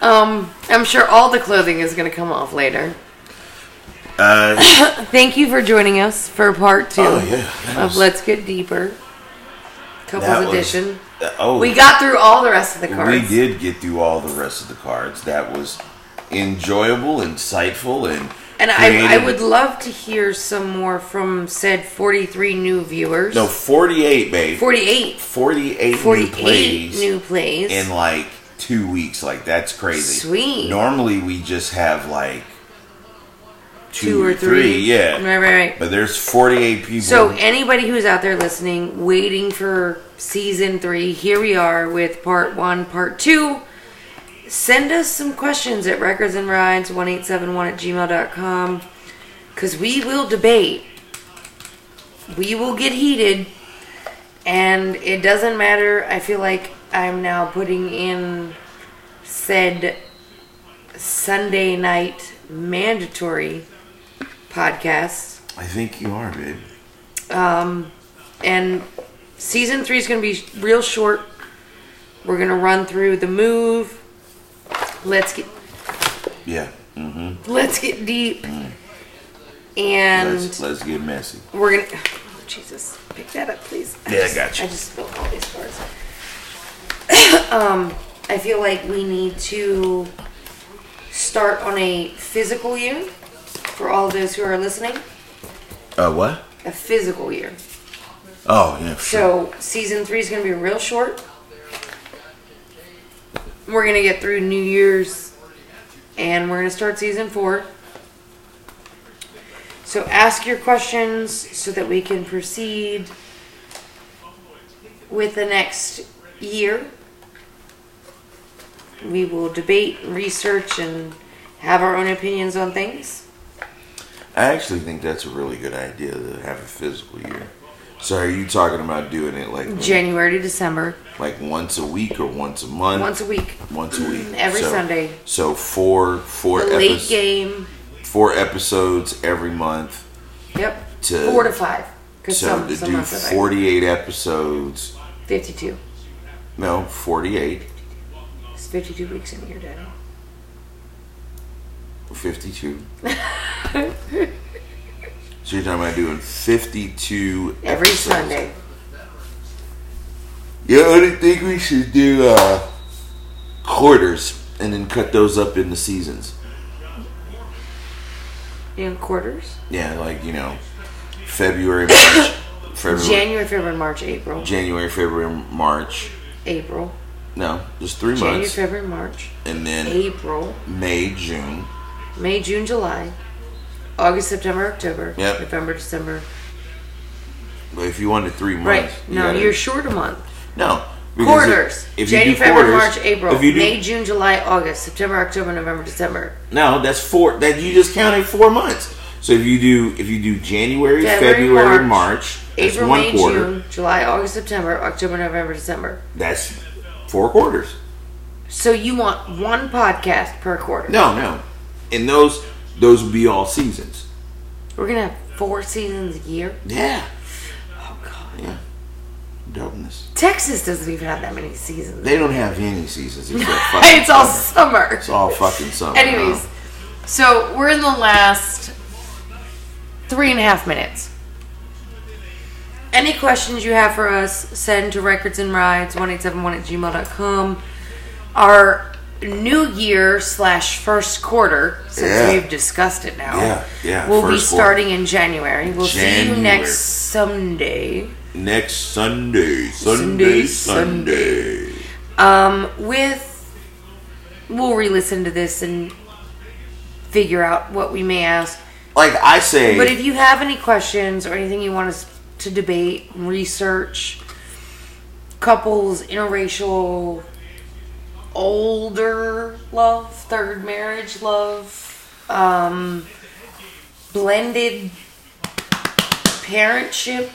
[SPEAKER 1] um, I'm sure all the clothing is gonna come off later.
[SPEAKER 2] Uh,
[SPEAKER 1] Thank you for joining us for part two
[SPEAKER 2] Oh, yeah, that
[SPEAKER 1] of
[SPEAKER 2] was-
[SPEAKER 1] Let's Get Deeper, Couples
[SPEAKER 2] That was-
[SPEAKER 1] Edition.
[SPEAKER 2] oh,
[SPEAKER 1] we got through all the rest of the cards.
[SPEAKER 2] We did get through all the rest of the cards. That was enjoyable, insightful, and
[SPEAKER 1] And I, I
[SPEAKER 2] creative.
[SPEAKER 1] would love to hear some more from said 43 new viewers.
[SPEAKER 2] no forty-eight, babe.
[SPEAKER 1] 48.
[SPEAKER 2] Forty-eight,
[SPEAKER 1] 48
[SPEAKER 2] new plays
[SPEAKER 1] new plays.
[SPEAKER 2] in like two weeks. Like that's crazy.
[SPEAKER 1] Sweet.
[SPEAKER 2] Normally we just have like two,
[SPEAKER 1] two or three.
[SPEAKER 2] Yeah.
[SPEAKER 1] Right, right, right.
[SPEAKER 2] But there's 48 people.
[SPEAKER 1] So anybody who's out there listening, waiting for season three, here we are with part one, part two. Send us some questions at records and rides 1871 at gmail.com because we will debate. We will get heated. And it doesn't matter. I feel like I'm now putting in said Sunday night mandatory podcast.
[SPEAKER 2] I think you are, babe.
[SPEAKER 1] and season three is going to be real short. We're going to run through the move. Let's get
[SPEAKER 2] Yeah. Mm.
[SPEAKER 1] let's get deep, and
[SPEAKER 2] Let's, let's get messy.
[SPEAKER 1] we're gonna. Oh, Jesus, pick that up, please.
[SPEAKER 2] Yeah, I
[SPEAKER 1] just-
[SPEAKER 2] got you.
[SPEAKER 1] I just spilled all these words. um, I feel like we need to start on a physical year for all those who are listening.
[SPEAKER 2] Uh, what?
[SPEAKER 1] A physical year.
[SPEAKER 2] Oh, yeah. sure.
[SPEAKER 1] So season three is going to be real short. We're going to get through New Year's, and we're going to start season four. So ask your questions so that we can proceed with the next year. We will debate, research, and have our own opinions on things.
[SPEAKER 2] I actually think that's a really good idea to have a physical year. So are you talking about doing it like
[SPEAKER 1] January to December,
[SPEAKER 2] like once a week or once a month?
[SPEAKER 1] once a week.
[SPEAKER 2] Once a week.
[SPEAKER 1] Every
[SPEAKER 2] So-
[SPEAKER 1] Sunday.
[SPEAKER 2] So four four
[SPEAKER 1] The late
[SPEAKER 2] epis-
[SPEAKER 1] game.
[SPEAKER 2] four episodes every month.
[SPEAKER 1] Yep.
[SPEAKER 2] To-
[SPEAKER 1] four to five. Because
[SPEAKER 2] So
[SPEAKER 1] some,
[SPEAKER 2] to
[SPEAKER 1] some
[SPEAKER 2] do
[SPEAKER 1] months are like
[SPEAKER 2] forty eight episodes.
[SPEAKER 1] fifty-two.
[SPEAKER 2] No, forty eight.
[SPEAKER 1] It's fifty-two weeks in a year, Daddy.
[SPEAKER 2] 52. so you're talking about doing 52
[SPEAKER 1] Every
[SPEAKER 2] episodes.
[SPEAKER 1] Sunday.
[SPEAKER 2] You know what I think we should do? Uh, quarters and then cut those up into seasons.
[SPEAKER 1] In quarters.
[SPEAKER 2] Yeah, like, you know, February, March, February,
[SPEAKER 1] January, February, March, April.
[SPEAKER 2] January, February, March,
[SPEAKER 1] April,
[SPEAKER 2] No, just three
[SPEAKER 1] January,
[SPEAKER 2] months,
[SPEAKER 1] February, March,
[SPEAKER 2] and then
[SPEAKER 1] April,
[SPEAKER 2] May, June.
[SPEAKER 1] May, June, July, August, September, October,
[SPEAKER 2] Yep.
[SPEAKER 1] November, December.
[SPEAKER 2] But if you wanted three months,
[SPEAKER 1] Right.
[SPEAKER 2] you
[SPEAKER 1] No,
[SPEAKER 2] gotta-
[SPEAKER 1] you're short a month.
[SPEAKER 2] no because
[SPEAKER 1] Quarters.
[SPEAKER 2] If, if
[SPEAKER 1] January,
[SPEAKER 2] you do
[SPEAKER 1] February,
[SPEAKER 2] quarters,
[SPEAKER 1] March, April,
[SPEAKER 2] If you do,
[SPEAKER 1] May, June, July, August, September, October, November, December.
[SPEAKER 2] no, that's four. That you just counted four months. So if you do, if you do January,
[SPEAKER 1] January,
[SPEAKER 2] February,
[SPEAKER 1] March,
[SPEAKER 2] March, that's
[SPEAKER 1] April,
[SPEAKER 2] one
[SPEAKER 1] May,
[SPEAKER 2] quarter.
[SPEAKER 1] June, July, August, September, October, November, December.
[SPEAKER 2] That's four quarters.
[SPEAKER 1] So you want one podcast per quarter.
[SPEAKER 2] No, no, and those those would be all seasons.
[SPEAKER 1] We're gonna have four seasons a year.
[SPEAKER 2] Yeah,
[SPEAKER 1] Oh god.
[SPEAKER 2] yeah. Dopeness.
[SPEAKER 1] Texas doesn't even have that many seasons.
[SPEAKER 2] They don't have any seasons. Except fucking
[SPEAKER 1] it's all
[SPEAKER 2] summer.
[SPEAKER 1] summer.
[SPEAKER 2] It's all fucking summer.
[SPEAKER 1] Anyways, so we're in the last three and a half minutes. Any questions you have for us, send to recordsandrides1871 at gmail.com. Our new year slash first quarter, since
[SPEAKER 2] Yeah.
[SPEAKER 1] we've discussed it now,
[SPEAKER 2] Yeah, yeah,
[SPEAKER 1] will be
[SPEAKER 2] first quarter.
[SPEAKER 1] starting in January. We'll see
[SPEAKER 2] January.
[SPEAKER 1] you next Sunday
[SPEAKER 2] next Sunday, Sunday,
[SPEAKER 1] Sunday,
[SPEAKER 2] Sunday.
[SPEAKER 1] um, with. We'll re listen to this and figure out what we may ask.
[SPEAKER 2] Like I say,
[SPEAKER 1] But if you have any questions or anything you want us to debate, research, couples, interracial, older love, third marriage love, um, blended parentship,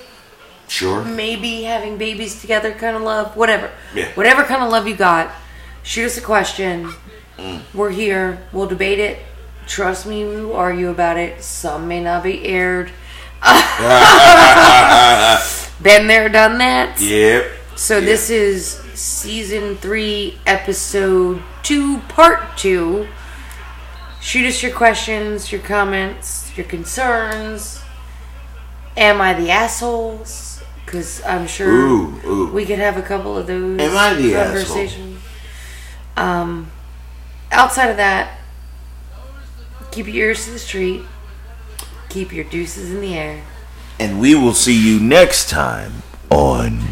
[SPEAKER 2] sure.
[SPEAKER 1] maybe having babies together kind of love, whatever.
[SPEAKER 2] Yeah.
[SPEAKER 1] Whatever kind of love you got, shoot us a question. We're here. We'll debate it. Trust me, we will argue about it. Some may not be aired. Been there, done that.
[SPEAKER 2] Yep.
[SPEAKER 1] So this is season three, episode two, part two. Shoot us your questions, your comments, your concerns. Am I the assholes? Because I'm sure
[SPEAKER 2] Ooh, ooh.
[SPEAKER 1] we could have a couple of those
[SPEAKER 2] Am I the asshole?
[SPEAKER 1] conversations. Um, outside of that, keep your ears to the street. Keep your deuces in the air.
[SPEAKER 2] and we will see you next time on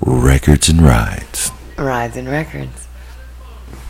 [SPEAKER 2] Records and Rides.
[SPEAKER 1] Rides and records.